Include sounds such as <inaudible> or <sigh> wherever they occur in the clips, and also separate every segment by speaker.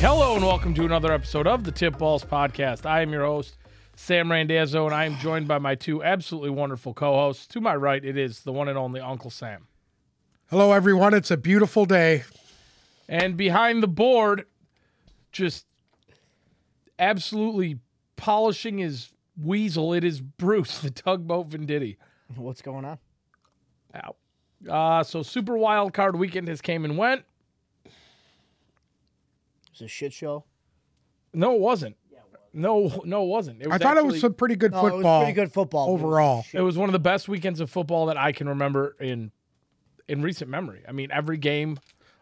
Speaker 1: Hello and welcome to another episode of the Tip Balls Podcast. I am your host, Sam Randazzo, and I am joined by my two absolutely wonderful co hosts. To my right, it is the one and only Uncle Sam.
Speaker 2: Hello, everyone. It's a beautiful day.
Speaker 1: And behind the board, just absolutely polishing his weasel, it is Bruce, the tugboat Venditti.
Speaker 3: What's going on?
Speaker 1: Ow. Uh, so Super Wild Card Weekend has came and went.
Speaker 3: It's a shit show.
Speaker 1: No, it wasn't. No, no, it wasn't. It
Speaker 2: I
Speaker 1: was
Speaker 2: thought it
Speaker 1: actually-
Speaker 2: was some pretty good
Speaker 3: No, it
Speaker 2: football.
Speaker 3: was pretty good football but it was
Speaker 2: overall.
Speaker 1: It
Speaker 3: shit.
Speaker 1: was one of the best weekends of football that I can remember in in recent memory. I mean, every game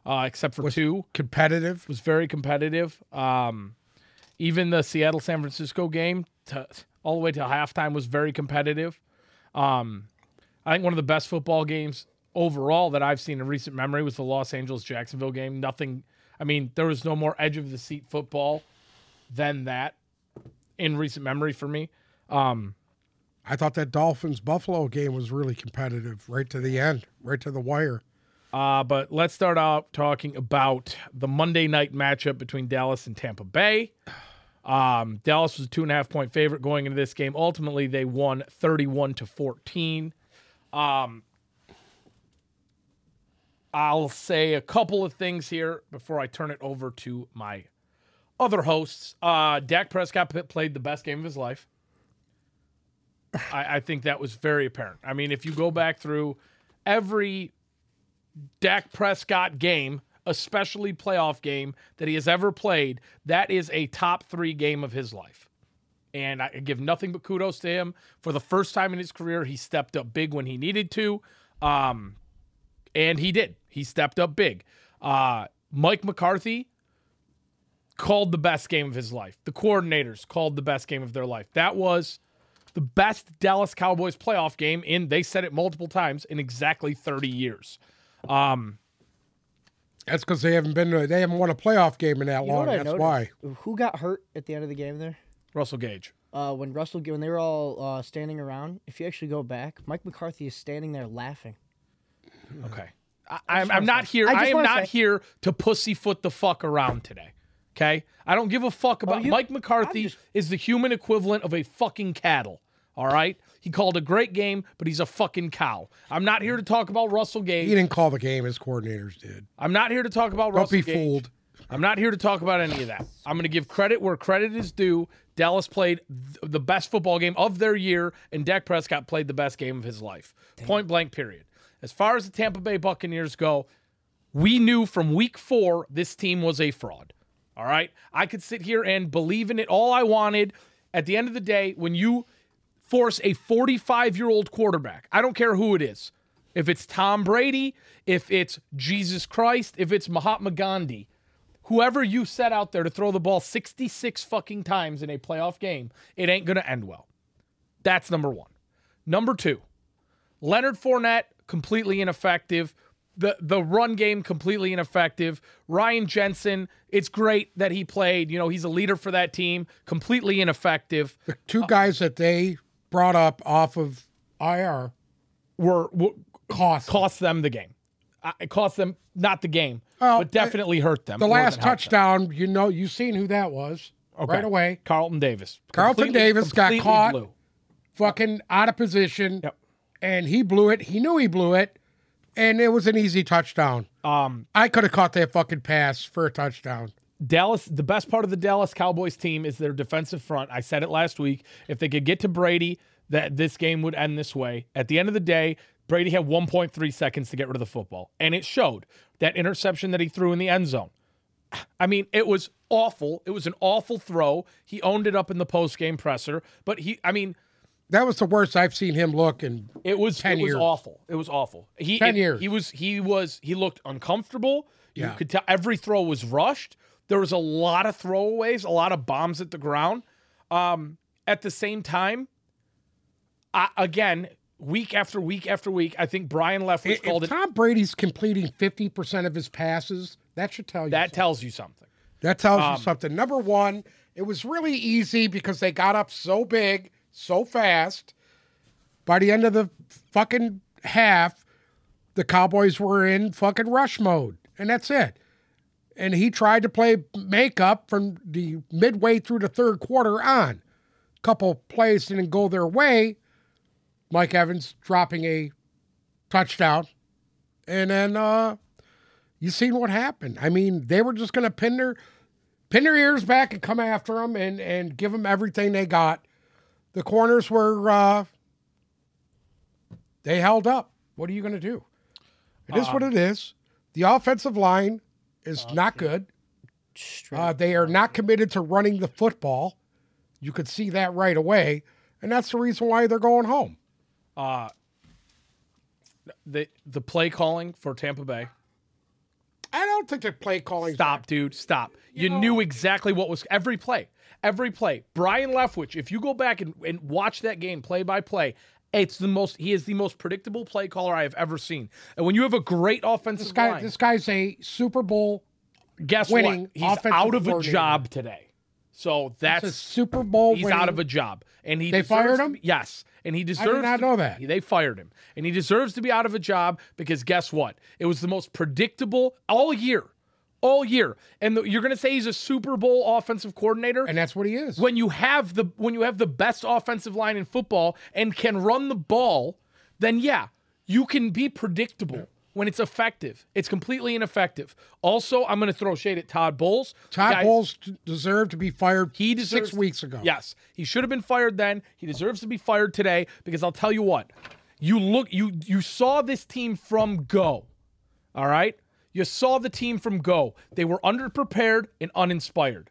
Speaker 1: uh, except for two
Speaker 2: Competitive.
Speaker 1: was very competitive. Um, even the Seattle San Francisco game, to, all the way to halftime, was very competitive. Um, I think one of the best football games overall that I've seen in recent memory was the Los Angeles Jacksonville game. Nothing, I mean, there was no more edge of the seat football than that in recent memory for me. Um,
Speaker 2: I thought that Dolphins Buffalo game was really competitive right to the end, right to the wire.
Speaker 1: Uh, but let's start out talking about the Monday night matchup between Dallas and Tampa Bay. Um, Dallas was a two and a half point favorite going into this game. Ultimately, they won 31 to 14. Um, I'll say a couple of things here before I turn it over to my other hosts. Uh, Dak Prescott p- played the best game of his life. I, I think that was very apparent. I mean, if you go back through every Dak Prescott game, especially playoff game that he has ever played, that is a top three game of his life. And I give nothing but kudos to him. For the first time in his career, he stepped up big when he needed to. Um, and he did. He stepped up big. Uh, Mike McCarthy called the best game of his life. The coordinators called the best game of their life. That was the best Dallas Cowboys playoff game in, they said it multiple times, in exactly 30 years.
Speaker 2: That's because they haven't been to, they haven't won a playoff game in that
Speaker 3: You know
Speaker 2: long.
Speaker 3: what I
Speaker 2: That's
Speaker 3: noticed?
Speaker 2: why.
Speaker 3: Who got hurt at the end of the game there?
Speaker 1: Russell Gage.
Speaker 3: Uh, when Russell, when they were all uh, standing around, if you actually go back, Mike McCarthy is standing there laughing.
Speaker 1: Okay. I, I'm, I'm not here.
Speaker 3: I
Speaker 1: I,
Speaker 3: just
Speaker 1: am
Speaker 3: wanna
Speaker 1: not
Speaker 3: say-
Speaker 1: here to pussyfoot the fuck around today. Okay. I don't give a fuck about
Speaker 3: Oh, you-
Speaker 1: Mike McCarthy.
Speaker 3: I'm just-
Speaker 1: is the human equivalent of a fucking cattle. All right. He called a great game, but he's a fucking cow. I'm not here to talk about Russell
Speaker 2: He
Speaker 1: Gage.
Speaker 2: didn't call the game, his coordinators did.
Speaker 1: I'm not here to talk about
Speaker 2: Don't
Speaker 1: Russell
Speaker 2: be
Speaker 1: Gage.
Speaker 2: fooled.
Speaker 1: I'm not here to talk about any of that. I'm going to give credit where credit is due. Dallas played th- the best football game of their year, and Dak Prescott played the best game of his life. Point blank, period. As far as the Tampa Bay Buccaneers go, we knew from week four this team was a fraud. All right. I could sit here and believe in it all I wanted. At the end of the day, when you force a 45 year old quarterback, I don't care who it is, if it's Tom Brady, if it's Jesus Christ, if it's Mahatma Gandhi, whoever you set out there to throw the ball 66 fucking times in a playoff game, it ain't going to end well. That's number one. Number two, Leonard Fournette completely ineffective. The the run game completely ineffective. Ryan Jensen, it's great that he played. You know, he's a leader for that team. Completely ineffective.
Speaker 2: The
Speaker 3: Uh,
Speaker 2: two guys that they brought up off of IR
Speaker 1: Were, were
Speaker 2: cost.
Speaker 1: cost them the game. Uh, It cost them not the game,
Speaker 2: Well,
Speaker 1: but definitely hurt them.
Speaker 2: the
Speaker 1: more
Speaker 2: last
Speaker 1: than helped them.
Speaker 2: touchdown, you know, you seen who that was right away.
Speaker 1: Carlton Davis.
Speaker 2: Carlton Davis got
Speaker 1: completely
Speaker 2: caught.
Speaker 1: blew.
Speaker 2: Fucking out of position.
Speaker 1: Yep.
Speaker 2: And he blew it. He knew he blew it. And it was an easy touchdown.
Speaker 1: Um,
Speaker 2: I could have caught that fucking pass for a touchdown.
Speaker 1: Dallas, the best part of the Dallas Cowboys team is their defensive front. I said it last week. If they could get to Brady, that this game would end this way. At the end of the day, Brady had 1.3 seconds to get rid of the football, and it showed. That interception that he threw in the end zone. I mean, it was awful. It was an awful throw. He owned it up in the post game presser, but he, I mean,
Speaker 2: That was the worst I've seen him look. And
Speaker 1: it was
Speaker 2: 10
Speaker 1: it was
Speaker 2: years.
Speaker 1: awful. It was awful. He
Speaker 2: 10
Speaker 1: it-
Speaker 2: years.
Speaker 1: He was he was he looked uncomfortable.
Speaker 2: Yeah.
Speaker 1: You could tell every throw was rushed. There was a lot of throwaways, a lot of bombs at the ground. Um, at the same time, I, again, week after week after week, I think Brian Leftwich
Speaker 2: if
Speaker 1: called it.
Speaker 2: Tom Brady's completing 50% of his passes, that should tell you.
Speaker 1: That
Speaker 2: something.
Speaker 1: tells you something.
Speaker 2: that tells you something. Number one, it was really easy because they got up so big, so fast. By the end of the fucking half, the Cowboys were in fucking rush mode. And that's it. and he tried to play makeup from the midway through the third quarter on. Couple plays didn't go their way. Mike Evans dropping a touchdown, and then uh, you seen what happened. I mean, they were just going to pin their pin their ears back and come after them and and give them everything they got. The corners were uh, they held up. What are you going to do? It is what it is. The offensive line is not good.
Speaker 3: Straight.
Speaker 2: Uh, they are not committed to running the football. You could see that right away, and that's the reason why they're going home.
Speaker 1: The the play calling for Tampa Bay.
Speaker 2: I don't think the play calling
Speaker 1: Stop, dude. Stop. You, knew exactly what was every play. Every play. Brian Leftwich, if you go back and, and watch that game play by play, it's the most he is the most predictable play caller I have ever seen. And when you have a great offensive
Speaker 2: This, guy,
Speaker 1: line,
Speaker 2: this guy's a Super Bowl,
Speaker 1: guess
Speaker 2: winning
Speaker 1: what? He's
Speaker 2: offensive
Speaker 1: out of a
Speaker 2: coordinator.
Speaker 1: job today. So
Speaker 2: it's a
Speaker 1: that's
Speaker 2: Super Bowl.
Speaker 1: he's
Speaker 2: winning-
Speaker 1: out of a job. And he
Speaker 2: They
Speaker 1: deserves
Speaker 2: fired
Speaker 1: to
Speaker 2: him?
Speaker 1: be- yes. And he deserves
Speaker 2: not
Speaker 1: to-
Speaker 2: know that.
Speaker 1: They fired him. And he deserves to be out of a job because guess what? It was the most predictable all year. All year. And the, you're going to say he's a Super Bowl offensive coordinator?
Speaker 2: and that's what he is.
Speaker 1: when you have the when you have the best offensive line in football and can run the ball, then yeah, you can be predictable when it's effective. It's completely ineffective. Also, I'm going to throw shade at Todd Bowles. The
Speaker 2: Todd
Speaker 1: guy-
Speaker 2: Bowles d- deserved to be fired.
Speaker 1: He deserves
Speaker 2: six weeks ago.
Speaker 1: Yes, he should have been fired then. He deserves to be fired today because I'll tell you what. You look you you saw this team from go. All right? You saw the team from go. They were underprepared and uninspired.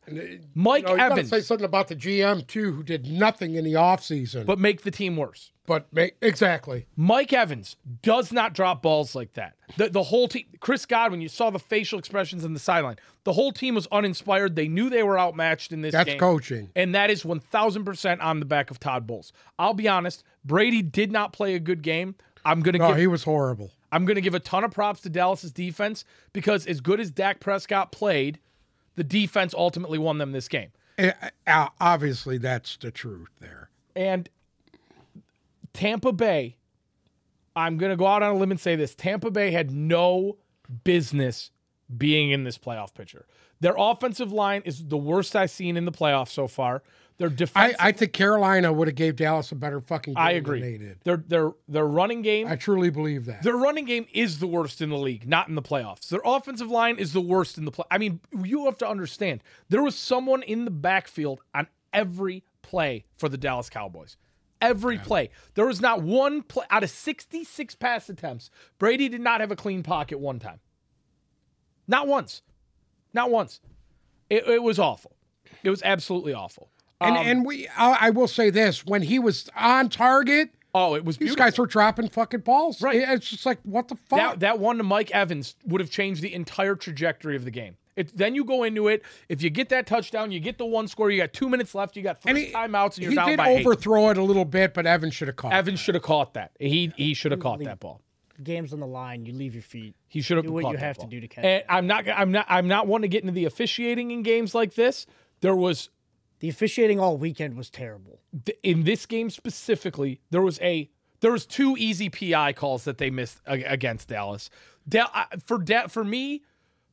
Speaker 1: Mike
Speaker 2: You know, you gotta
Speaker 1: Evans
Speaker 2: say something about the GM too, who did nothing in the offseason. But,
Speaker 1: but make the team worse.
Speaker 2: but ma- exactly,
Speaker 1: Mike Evans does not drop balls like that. The, the whole team, Chris Godwin, you saw the facial expressions on the sideline. The whole team was uninspired. They knew they were outmatched in this
Speaker 2: that's
Speaker 1: game.
Speaker 2: coaching.
Speaker 1: And that is 1000% on the back of Todd Bowles. I'll be honest, Brady did not play a good game. I'm going to
Speaker 2: No,
Speaker 1: give
Speaker 2: he was horrible.
Speaker 1: I'm going to give a ton of props to Dallas's defense because as good as Dak Prescott played, the defense ultimately won them this game.
Speaker 2: Eh, eh, Obviously, that's the truth there.
Speaker 1: And Tampa Bay, I'm going to go out on a limb and say this Tampa Bay had no business being in this playoff picture. Their offensive line is the worst I've seen in the playoffs so far. Their
Speaker 2: I,
Speaker 1: defense, I,
Speaker 2: I think Carolina would have gave Dallas a better fucking. Game
Speaker 1: agree.
Speaker 2: Than they did.
Speaker 1: Their their their running game,
Speaker 2: I truly believe that.
Speaker 1: their running game is the worst in the league, not in the playoffs. Their offensive line is the worst in the play. I mean, you have to understand there was someone in the backfield on every play for the Dallas Cowboys. Every play. There was not one play out of 66 pass attempts. Brady did not have a clean pocket one time. Not once. Not once. It, it was awful. It was absolutely awful.
Speaker 2: and
Speaker 1: um,
Speaker 2: and we, I, I will say this: when he was on target,
Speaker 1: Oh, it was
Speaker 2: these
Speaker 1: beautiful.
Speaker 2: guys were dropping fucking balls.
Speaker 1: Right.
Speaker 2: It- It's just like what the fuck.
Speaker 3: Oh.
Speaker 1: that, that one to Mike Evans would have changed the entire trajectory of the game. It, then you go into it. If you get that touchdown, you get the one score. You got two minutes left. You got
Speaker 2: And
Speaker 1: three
Speaker 2: he-
Speaker 1: timeouts, and you're
Speaker 2: he
Speaker 1: down
Speaker 2: did
Speaker 1: by eight.
Speaker 2: overthrow it a little bit, but Evans should have caught. it.
Speaker 1: Evans should have caught that. He he should have caught that ball.
Speaker 3: Game's on the line. You leave your feet.
Speaker 1: He should have
Speaker 3: Do what
Speaker 1: caught
Speaker 3: you
Speaker 1: that
Speaker 3: have to
Speaker 1: ball.
Speaker 3: do to catch
Speaker 1: And I'm not I'm not I'm not one to get into the officiating in games like this. There was
Speaker 3: The officiating all weekend was terrible.
Speaker 1: th- in this game specifically, there was a there was two easy PI calls that they missed a- against Dallas. Da- I- for da- for me,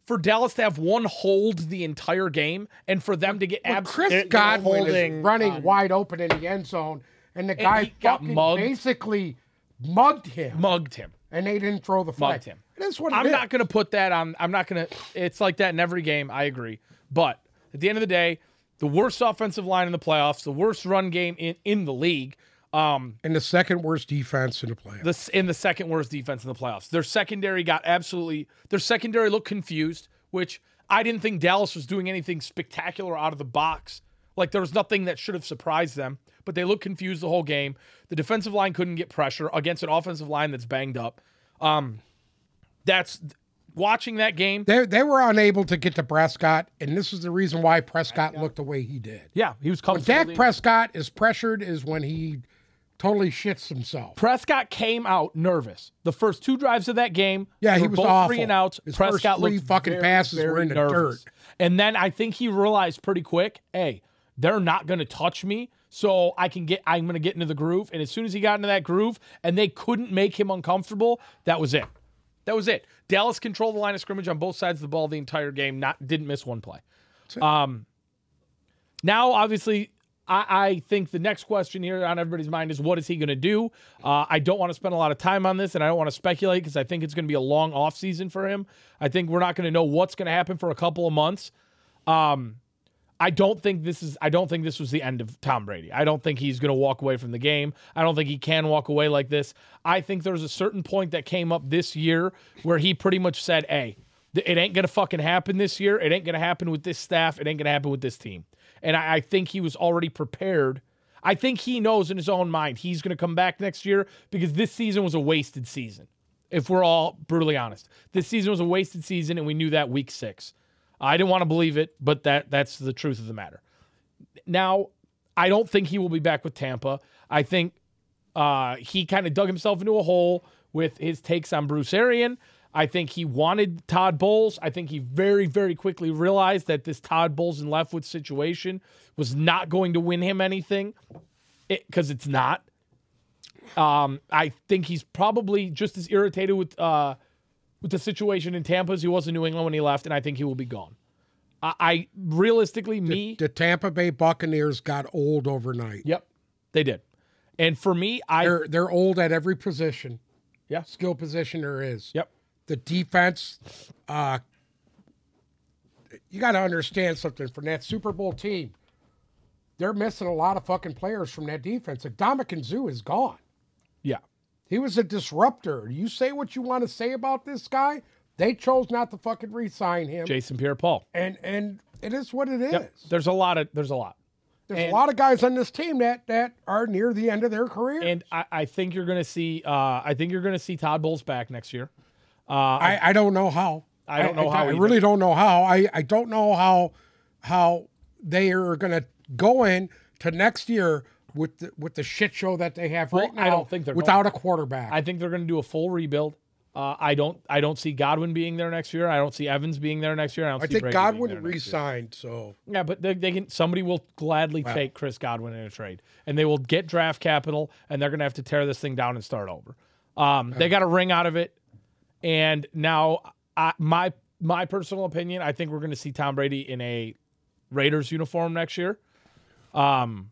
Speaker 1: for Dallas to have one hold the entire game, and for them to get
Speaker 2: Chris
Speaker 1: absolutely
Speaker 2: Godwin
Speaker 3: holding
Speaker 2: is running
Speaker 3: on-
Speaker 2: wide open in the end zone, and the guy
Speaker 1: he got
Speaker 2: fucking
Speaker 1: mugged.
Speaker 2: basically mugged him,
Speaker 1: mugged him.
Speaker 2: and they didn't throw the flag.
Speaker 1: Mugged him.
Speaker 2: It is what it
Speaker 1: I'm
Speaker 2: is.
Speaker 1: not going to put that on. I'm not going to. It's like that in every game. I agree. But at the end of the day, the worst offensive line in the playoffs, the worst run game in in the league. Um,
Speaker 2: And the second worst defense in the playoffs.
Speaker 1: the in the second worst defense in the playoffs. Their secondary got absolutely their secondary looked confused, which I didn't think Dallas was doing anything spectacular out of the box. Like there was nothing that should have surprised them, but they looked confused the whole game. The defensive line couldn't get pressure against an offensive line that's banged up. Um, that's watching that game.
Speaker 2: They, they were unable to get to Prescott, and this is the reason why Prescott, looked the way he did.
Speaker 1: Yeah, he was comfortable.
Speaker 2: Dak Prescott is pressured is when he totally shits himself.
Speaker 1: Prescott came out nervous. The first two drives of that game,
Speaker 2: Yeah, he
Speaker 1: were
Speaker 2: was
Speaker 1: both
Speaker 2: awful.
Speaker 1: three and outs.
Speaker 2: His first
Speaker 1: Prescott
Speaker 2: three
Speaker 1: looked
Speaker 2: fucking
Speaker 1: very,
Speaker 2: passes were
Speaker 1: very
Speaker 2: in the
Speaker 1: nervous.
Speaker 2: dirt.
Speaker 1: And then I think he realized pretty quick, hey, they're not going to touch me, so I can get. I'm going to get into the groove. And as soon as he got into that groove, and they couldn't make him uncomfortable, that was it. That was it. Dallas controlled the line of scrimmage on both sides of the ball the entire game. Not didn't miss one play. Um, now, obviously, I, I think the next question here on everybody's mind is what is he going to do? Uh, I don't want to spend a lot of time on this, and I don't want to speculate because I think it's going to be a long offseason for him. I think we're not going to know what's going to happen for a couple of months. Um, I don't think this is. I don't think this was the end of Tom Brady. I don't think he's going to walk away from the game. I don't think he can walk away like this. I think there was a certain point that came up this year where he pretty much said, "Hey, th- it ain't going to fucking happen this year. It ain't going to happen with this staff. It ain't going to happen with this team." And I, I think he was already prepared. I think he knows in his own mind he's going to come back next year because this season was a wasted season. If we're all brutally honest, this season was a wasted season, and we knew that week six. I didn't want to believe it, but that that's the truth of the matter. Now, I don't think he will be back with Tampa. I think uh, he kind of dug himself into a hole with his takes on Bruce Arian. I think he wanted Todd Bowles. I think he very, very quickly realized that this Todd Bowles and Leftwich situation was not going to win him anything because it's not. Um, I think he's probably just as irritated with uh, with the situation in Tampa as he was in New England when he left, and I think he will be gone. I, I realistically, me,
Speaker 2: The Tampa Bay Buccaneers got old overnight.
Speaker 1: yep, they did. And for me, I
Speaker 2: They're they're old at every position.
Speaker 1: Yeah.
Speaker 2: Skill position there is.
Speaker 1: yep,
Speaker 2: The defense, uh you gotta understand something from that Super Bowl team. They're missing a lot of fucking players from that defense. Dominican Zoo is gone.
Speaker 1: yeah,
Speaker 2: He was a disruptor. You say what you want to say about this guy. They chose not to fucking re-sign him.
Speaker 1: Jason Pierre-Paul.
Speaker 2: And and it is what it is.
Speaker 1: There's a lot of there's a lot,
Speaker 2: There's a lot of guys on this team that that are near the end of their career.
Speaker 1: and I, I think you're gonna see. Uh, I think you're gonna see Todd Bowles back next year. Uh,
Speaker 2: I, I don't know how.
Speaker 1: I don't know how
Speaker 2: I
Speaker 1: either.
Speaker 2: really don't know how. I, I don't know how how they are going to go in to next year with the, with the shit show that they have right now.
Speaker 1: I don't think they're
Speaker 2: without a quarterback.
Speaker 1: I think they're going to do a full rebuild. Uh, I don't. I don't see Godwin being there next year. I don't see Evans being there next year. I don't.
Speaker 2: I
Speaker 1: see
Speaker 2: think
Speaker 1: Brady
Speaker 2: God
Speaker 1: being
Speaker 2: wouldn't
Speaker 1: there next year.
Speaker 2: resign. So
Speaker 1: Yeah, but they, they can. Somebody will gladly take Chris Godwin in a trade, and they will get draft capital, and they're going to have to tear this thing down and start over. Um, They got a ring out of it, and now I, my my personal opinion, I think we're going to see Tom Brady in a Raiders uniform next year. Um,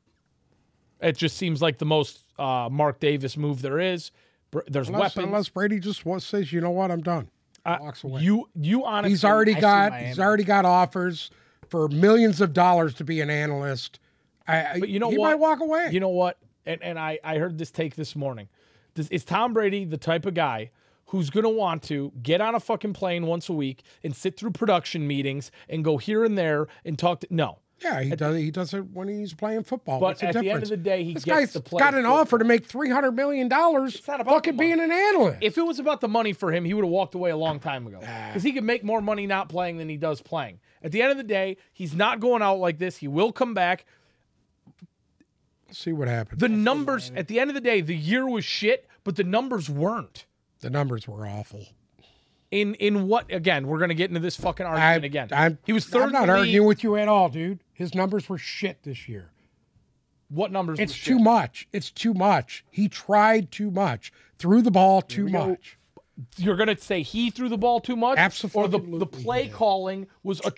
Speaker 1: it just seems like the most uh, Mark Davis move there is. Br- There's
Speaker 2: unless,
Speaker 1: weapons. Uh,
Speaker 2: unless Brady just wa- says, you know what, I'm done, walks away.
Speaker 1: You you honestly
Speaker 2: he's already
Speaker 3: I see
Speaker 2: got
Speaker 3: Miami.
Speaker 2: he's already got offers for millions of dollars to be an analyst. I,
Speaker 1: But you know
Speaker 2: he
Speaker 1: what?
Speaker 2: might walk away.
Speaker 1: You know what? And and I I heard this take this morning. Does, is Tom Brady the type of guy who's gonna want to get on a fucking plane once a week and sit through production meetings and go here and there and talk to no?
Speaker 2: yeah, he does. He does it when he's playing football.
Speaker 1: But
Speaker 2: What's the
Speaker 1: at the end of
Speaker 2: difference?
Speaker 1: the day, he
Speaker 2: This
Speaker 1: gets
Speaker 2: guy's
Speaker 1: to play.
Speaker 2: got an
Speaker 1: football.
Speaker 2: offer to make three hundred million dollars.
Speaker 1: not about the
Speaker 2: Fucking
Speaker 1: money.
Speaker 2: being an analyst.
Speaker 1: If it was about the money for him, he would have walked away a long time ago
Speaker 2: Ah.
Speaker 1: because he could make more money not playing than he does playing. At the end of the day, he's not going out like this. He will come back.
Speaker 2: See what happens.
Speaker 1: The numbers at the end of the day, the year was shit, but the numbers weren't.
Speaker 2: the numbers were awful.
Speaker 1: in in what again? We're gonna get into this fucking
Speaker 2: I,
Speaker 1: argument again.
Speaker 2: I'm,
Speaker 1: he was third.
Speaker 2: I'm not
Speaker 1: in the
Speaker 2: arguing
Speaker 1: league.
Speaker 2: with you at all, dude. His numbers were shit this year.
Speaker 1: What numbers?
Speaker 2: It's
Speaker 1: was
Speaker 2: too
Speaker 1: shit?
Speaker 2: much. It's too much. He tried too much. Threw the ball too much.
Speaker 1: You're gonna say he threw the ball too much, or the
Speaker 2: Absolutely,
Speaker 1: the play calling was a.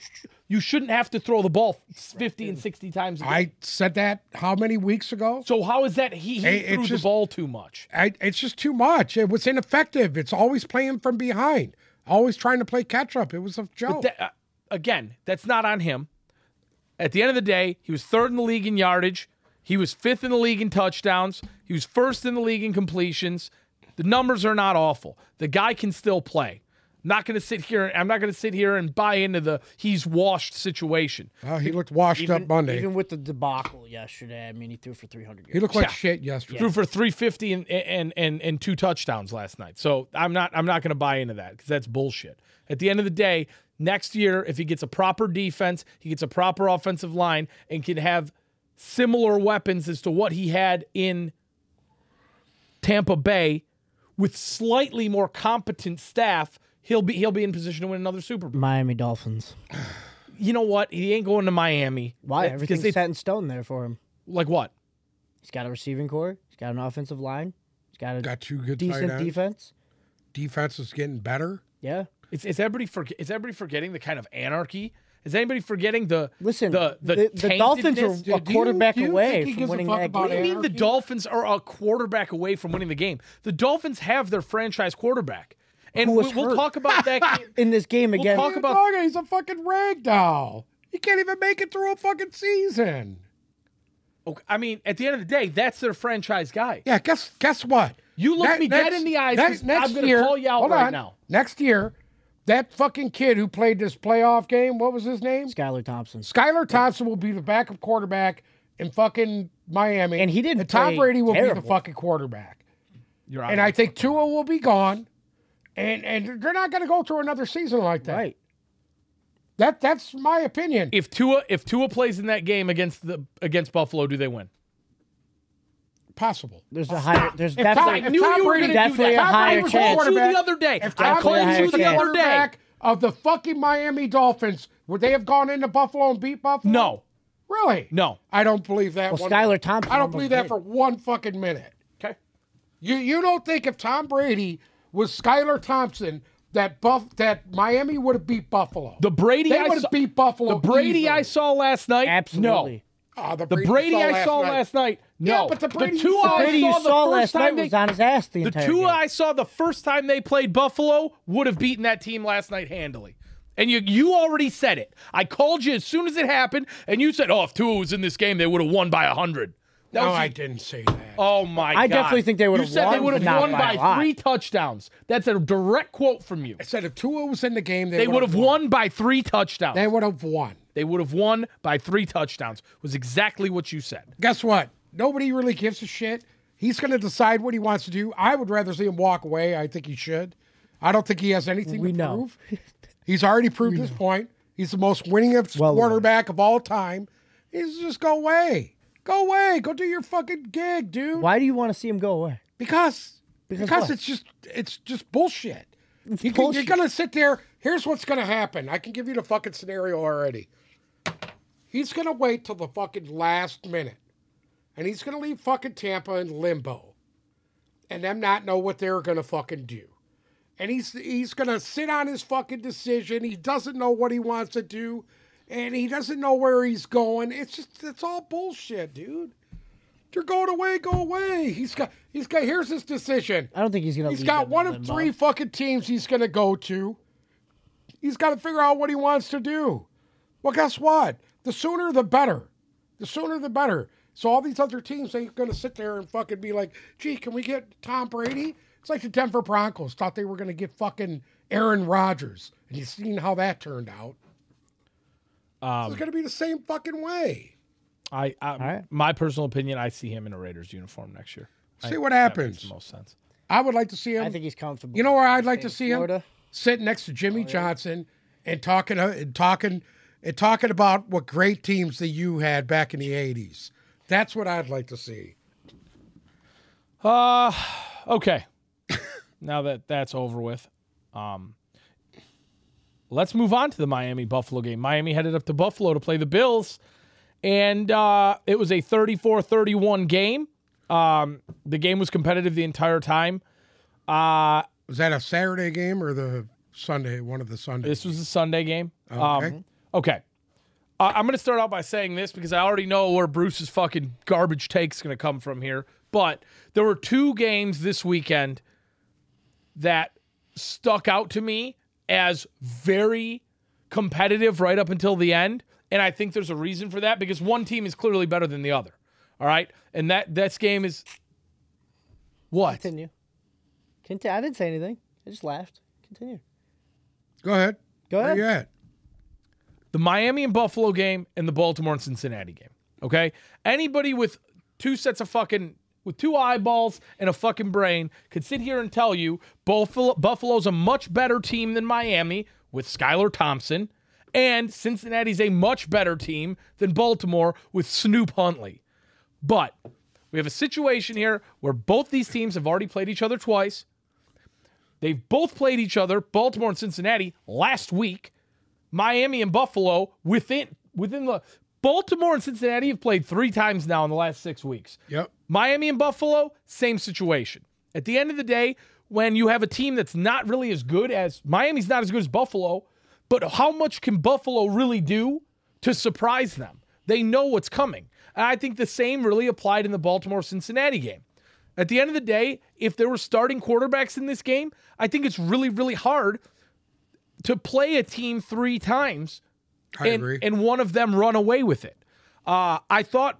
Speaker 1: You shouldn't have to throw the ball 50 and 60 times. A game.
Speaker 2: I said that how many weeks ago?
Speaker 1: so how is that he, he
Speaker 2: Hey, it's
Speaker 1: threw the
Speaker 2: just-
Speaker 1: ball too much?
Speaker 2: I, it's just too much. It was ineffective. It's always playing from behind. Always trying to play catch up. It was a joke.
Speaker 1: That- uh, again, that's not on him. At the end of the day, he was third in the league in yardage. He was fifth in the league in touchdowns. He was first in the league in completions. The numbers are not awful. The guy can still play. I'm not going to sit here. I'm not going to sit here and buy into the he's washed situation.
Speaker 2: Oh, he looked washed up Monday.
Speaker 3: Even with the debacle yesterday, I mean, he threw for 300
Speaker 2: he
Speaker 3: yards.
Speaker 2: looked like
Speaker 1: Yeah.
Speaker 2: shit yesterday.
Speaker 1: Threw for 350 and and and and two touchdowns last night. So I'm not I'm not going to buy into that because that's bullshit. At the end of the day, next year if he gets a proper defense, he gets a proper offensive line, and can have similar weapons as to what he had in Tampa Bay, with slightly more competent staff, he'll be he'll be in position to win another Super Bowl.
Speaker 3: Miami Dolphins.
Speaker 1: You know what? He ain't going to Miami.
Speaker 3: Why?
Speaker 1: That's 'cause
Speaker 3: Everything's
Speaker 1: it's-
Speaker 3: set in stone there for him.
Speaker 1: like what?
Speaker 3: He's got a receiving core. He's got an offensive line. He's got a
Speaker 2: Got two good tight
Speaker 3: decent
Speaker 2: ends.
Speaker 3: defense.
Speaker 2: Defense is getting better.
Speaker 3: Yeah.
Speaker 1: Is, is everybody forget? Is everybody forgetting the kind of anarchy? Is anybody forgetting the
Speaker 3: Listen,
Speaker 1: the the,
Speaker 3: the- the Dolphins
Speaker 1: taintedness?
Speaker 2: Do-
Speaker 3: A
Speaker 2: do you-
Speaker 3: quarterback
Speaker 2: do you
Speaker 3: away
Speaker 2: think he
Speaker 3: from
Speaker 2: gives a
Speaker 3: winning
Speaker 2: fuck
Speaker 3: that
Speaker 2: about
Speaker 1: What do you mean the
Speaker 2: anarchy?
Speaker 1: Dolphins are a quarterback away from winning the game? The Dolphins have their franchise quarterback, and
Speaker 3: Who
Speaker 1: we,
Speaker 3: was
Speaker 1: will
Speaker 3: hurt.
Speaker 1: talk about that. game.
Speaker 3: In this game again,
Speaker 1: talk about-
Speaker 2: Dog, he's a fucking rag doll. He can't even make it through a fucking season.
Speaker 1: Okay, I mean, at the end of the day, that's their franchise guy.
Speaker 2: Yeah, guess guess what?
Speaker 1: You look
Speaker 2: Ne-
Speaker 1: me dead in the eyes, 'cause
Speaker 2: ne-
Speaker 1: I'm gonna call you out
Speaker 2: hold
Speaker 1: right
Speaker 2: on.
Speaker 1: now.
Speaker 2: Next year, that fucking kid who played this playoff game, what was his name?
Speaker 3: Skylar Thompson.
Speaker 2: Skylar Thompson will be the backup quarterback in fucking Miami.
Speaker 3: And he didn't
Speaker 2: And Tom
Speaker 3: play
Speaker 2: Brady will be the
Speaker 3: terrible.
Speaker 2: fucking quarterback.
Speaker 1: You're
Speaker 2: And I think Tua will be gone. And and they're not gonna go through another season like that.
Speaker 3: Right.
Speaker 2: That that's my opinion.
Speaker 1: if Tua if Tua plays in that game against the against Buffalo, do they win?
Speaker 2: Possible.
Speaker 3: There's a higher. There's
Speaker 2: Tom-
Speaker 3: definitely.
Speaker 1: I knew
Speaker 2: Tom
Speaker 1: you were
Speaker 2: Brady-
Speaker 1: going to do
Speaker 3: Definitely
Speaker 1: that.
Speaker 3: a higher
Speaker 1: I
Speaker 3: chance.
Speaker 1: called you the other day.
Speaker 2: If
Speaker 1: I
Speaker 2: Tom
Speaker 1: called
Speaker 2: Brady
Speaker 1: you
Speaker 2: was
Speaker 3: was
Speaker 1: the
Speaker 3: the
Speaker 1: other day.
Speaker 2: quarterback of the fucking Miami Dolphins, would they have gone into Buffalo and beat Buffalo?
Speaker 1: No,
Speaker 2: Really?
Speaker 1: no.
Speaker 2: I don't believe that.
Speaker 3: Well,
Speaker 2: one-
Speaker 3: Skylar Thompson
Speaker 2: I don't
Speaker 3: almost
Speaker 2: believe that
Speaker 3: did.
Speaker 2: for one fucking minute.
Speaker 1: Okay.
Speaker 2: You you don't think if Tom Brady was Skylar Thompson that Buff that Miami would have beat Buffalo?
Speaker 1: The Brady
Speaker 2: they
Speaker 1: I
Speaker 2: would
Speaker 1: saw,
Speaker 2: have beat Buffalo.
Speaker 1: the Brady
Speaker 2: easily.
Speaker 1: I saw last night.
Speaker 3: Absolutely.
Speaker 2: Ah, the
Speaker 1: No. The Brady I saw last night. No.
Speaker 2: Yeah, but the Brady you
Speaker 1: two
Speaker 2: saw-
Speaker 1: I
Speaker 3: Brady you
Speaker 1: saw the
Speaker 3: saw
Speaker 1: first
Speaker 3: last night
Speaker 1: time they-
Speaker 3: was on his ass the,
Speaker 1: The
Speaker 3: entire
Speaker 1: two
Speaker 3: game.
Speaker 1: I saw the first time they played Buffalo would have beaten that team last night handily. And you you already said it. I called you as soon as it happened, and you said, "Oh, if Tua was in this game, they would have won by hundred.
Speaker 2: No, I didn't say that.
Speaker 1: Oh my god!
Speaker 3: I definitely think they would
Speaker 1: You
Speaker 3: have
Speaker 1: said they
Speaker 3: won,
Speaker 1: would have
Speaker 3: but not
Speaker 1: won
Speaker 3: by
Speaker 1: by,
Speaker 3: a lot.
Speaker 1: three touchdowns. That's a direct quote from you.
Speaker 2: I said if Tua was in the game, they,
Speaker 1: They would have won by three touchdowns.
Speaker 2: They would have won.
Speaker 1: They would have won by three touchdowns. Was exactly what you said.
Speaker 2: guess what? Nobody really gives a shit. He's going to decide what he wants to do. I would rather see him walk away. I think he should. I don't think he has anything
Speaker 3: We
Speaker 2: to
Speaker 3: know.
Speaker 2: prove. He's already proved his point. He's the most winningest
Speaker 3: Well aware.
Speaker 2: quarterback of all time. He's just go away. Go away. Go do your fucking gig, dude.
Speaker 3: Why do you want to see him go away?
Speaker 2: Because because,
Speaker 3: Because what?
Speaker 2: it's just it's just bullshit. You can-
Speaker 3: bullshit.
Speaker 2: You're gonna sit there. Here's what's gonna happen. I can give you the fucking scenario already. He's gonna wait till the fucking last minute, and he's gonna leave fucking Tampa in limbo, and them not know what they're gonna fucking do. And he's he's gonna sit on his fucking decision. He doesn't know what he wants to do, and he doesn't know where he's going. It's just it's all bullshit, dude. You're going away, go away. He's got he's got here's his decision.
Speaker 3: I don't think he's gonna.
Speaker 2: He's
Speaker 3: leave
Speaker 2: got
Speaker 3: them
Speaker 2: one
Speaker 3: in
Speaker 2: of
Speaker 3: limbo.
Speaker 2: three fucking teams he's going to go to. He's got to figure out what he wants to do. Well, guess what? The sooner the better. The sooner the better. So all these other teams ain't going to sit there and fucking be like, gee, can we get Tom Brady? It's like the Denver Broncos thought they were going to get fucking Aaron Rodgers. And you've seen how that turned out.
Speaker 1: Um,
Speaker 2: it's going to be the same fucking way.
Speaker 1: I, I
Speaker 3: right.
Speaker 1: my personal opinion, I see him in a Raiders uniform next year.
Speaker 2: See what
Speaker 1: That makes
Speaker 2: happens.
Speaker 1: the most sense.
Speaker 2: I would like to see him.
Speaker 3: I think he's comfortable.
Speaker 2: You know where I'd like to see him?
Speaker 3: Florida.
Speaker 2: Sitting next to Jimmy Johnson and talking uh, and talking and talking about what great teams that you had back in the eighties. That's what I'd like to see.
Speaker 1: Uh okay. <laughs> now that that's over with, um, let's move on to the Miami Buffalo game. Miami headed up to Buffalo to play the Bills, and uh, it was a 34-31 game. Um, the game was competitive the entire time. Uh,
Speaker 2: Was that a Saturday game or the Sunday? One of the Sundays.
Speaker 1: This was a Sunday game. Okay.
Speaker 2: Okay.
Speaker 1: Um, okay. I- I'm going to start out by saying this because I already know where Bruce's fucking garbage take's going to come from here. But there were two games this weekend that stuck out to me as very competitive right up until the end. And I think there's a reason for that because one team is clearly better than the other. All right. And that this game is what?
Speaker 3: Continue. Continue. I didn't say anything. I just laughed. Continue.
Speaker 2: Go ahead.
Speaker 3: Go
Speaker 2: Where
Speaker 3: ahead.
Speaker 2: you at?
Speaker 1: the Miami and Buffalo game and the Baltimore and Cincinnati game. Okay? Anybody with two sets of fucking with two eyeballs and a fucking brain could sit here and tell you Buffalo, Buffalo's a much better team than Miami with Skylar Thompson and Cincinnati's a much better team than Baltimore with Snoop Huntley. But we have a situation here where both these teams have already played each other twice. They've both played each other, Baltimore and Cincinnati, last week. Miami and Buffalo within within the Baltimore and Cincinnati have played three times now in the last six weeks.
Speaker 2: Yep.
Speaker 1: Miami and Buffalo, same situation. At the end of the day, when you have a team that's not really as good as Miami's not as good as Buffalo, but how much can Buffalo really do to surprise them? They know what's coming. And I think the same really applied in the Baltimore Cincinnati game. At the end of the day, if there were starting quarterbacks in this game, I think it's really, really hard to play a team three times
Speaker 2: I
Speaker 1: and,
Speaker 2: agree.
Speaker 1: and one of them run away with it. Uh, I thought,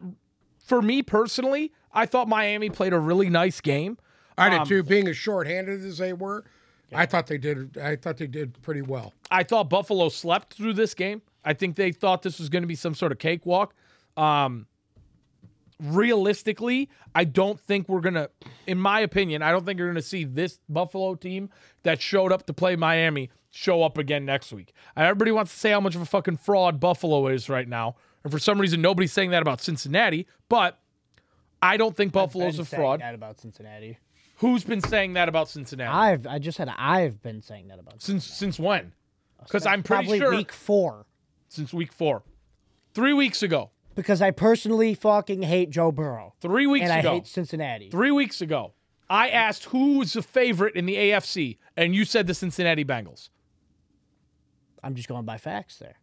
Speaker 1: for me personally, I thought Miami played a really nice game.
Speaker 2: I
Speaker 3: um,
Speaker 2: did too. Being as shorthanded as they were, I thought they did. I thought they did pretty well.
Speaker 1: I thought Buffalo slept through this game. I think they thought this was going to be some sort of cakewalk. Um, realistically, I don't think we're going to, in my opinion, I don't think you're going to see this Buffalo team that showed up to play Miami show up again next week. Everybody wants to say how much of a fucking fraud Buffalo is right now. And for some reason, nobody's saying that about Cincinnati, but I don't think Buffalo's
Speaker 3: Been
Speaker 1: a
Speaker 3: saying
Speaker 1: fraud.
Speaker 3: That about Cincinnati.
Speaker 1: Who's been saying that about Cincinnati?
Speaker 3: I've I just said I've been saying that about.
Speaker 1: since since when? Because
Speaker 3: Cincinnati.
Speaker 1: I'm pretty
Speaker 3: probably
Speaker 1: sure
Speaker 3: week four
Speaker 1: since week four. Three weeks ago.
Speaker 3: because I personally fucking hate Joe Burrow
Speaker 1: Three weeks
Speaker 3: and I
Speaker 1: ago.
Speaker 3: hate Cincinnati.
Speaker 1: Three weeks ago. I asked who was the favorite in the AFC, and you said the Cincinnati Bengals.
Speaker 3: I'm just going by facts there.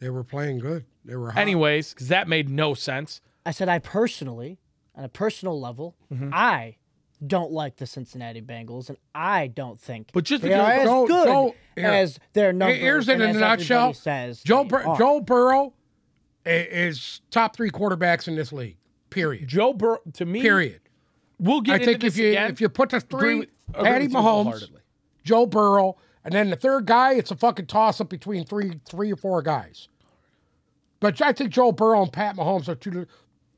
Speaker 2: They were playing good. They were hot.
Speaker 1: Anyways, because that made no sense.
Speaker 3: I said I personally, on a personal level,
Speaker 2: Mm-hmm.
Speaker 3: I don't like the Cincinnati Bengals, and I don't think
Speaker 1: But just
Speaker 3: they
Speaker 1: because-
Speaker 3: are as
Speaker 2: Joe-
Speaker 3: good
Speaker 2: Joe- here.
Speaker 3: as their numbers.
Speaker 2: Here's it
Speaker 3: and
Speaker 2: in
Speaker 3: as
Speaker 2: a nutshell.
Speaker 3: everybody Says
Speaker 2: Joe
Speaker 3: they
Speaker 2: Bur-
Speaker 3: are.
Speaker 2: Joe Burrow i- is top three quarterbacks in this league. Period.
Speaker 1: Joe Burrow, to me,
Speaker 2: Period.
Speaker 1: we'll get
Speaker 2: I
Speaker 1: into
Speaker 2: think
Speaker 1: this
Speaker 2: if you
Speaker 1: again.
Speaker 2: if you put the
Speaker 1: Agree
Speaker 2: three,
Speaker 1: with- agree
Speaker 2: Patty
Speaker 1: with you
Speaker 2: Mahomes,
Speaker 1: wholeheartedly.
Speaker 2: Joe Burrow, and then the third guy, it's a fucking toss up between three, three or four guys. But I think Joe Burrow and Pat Mahomes are two,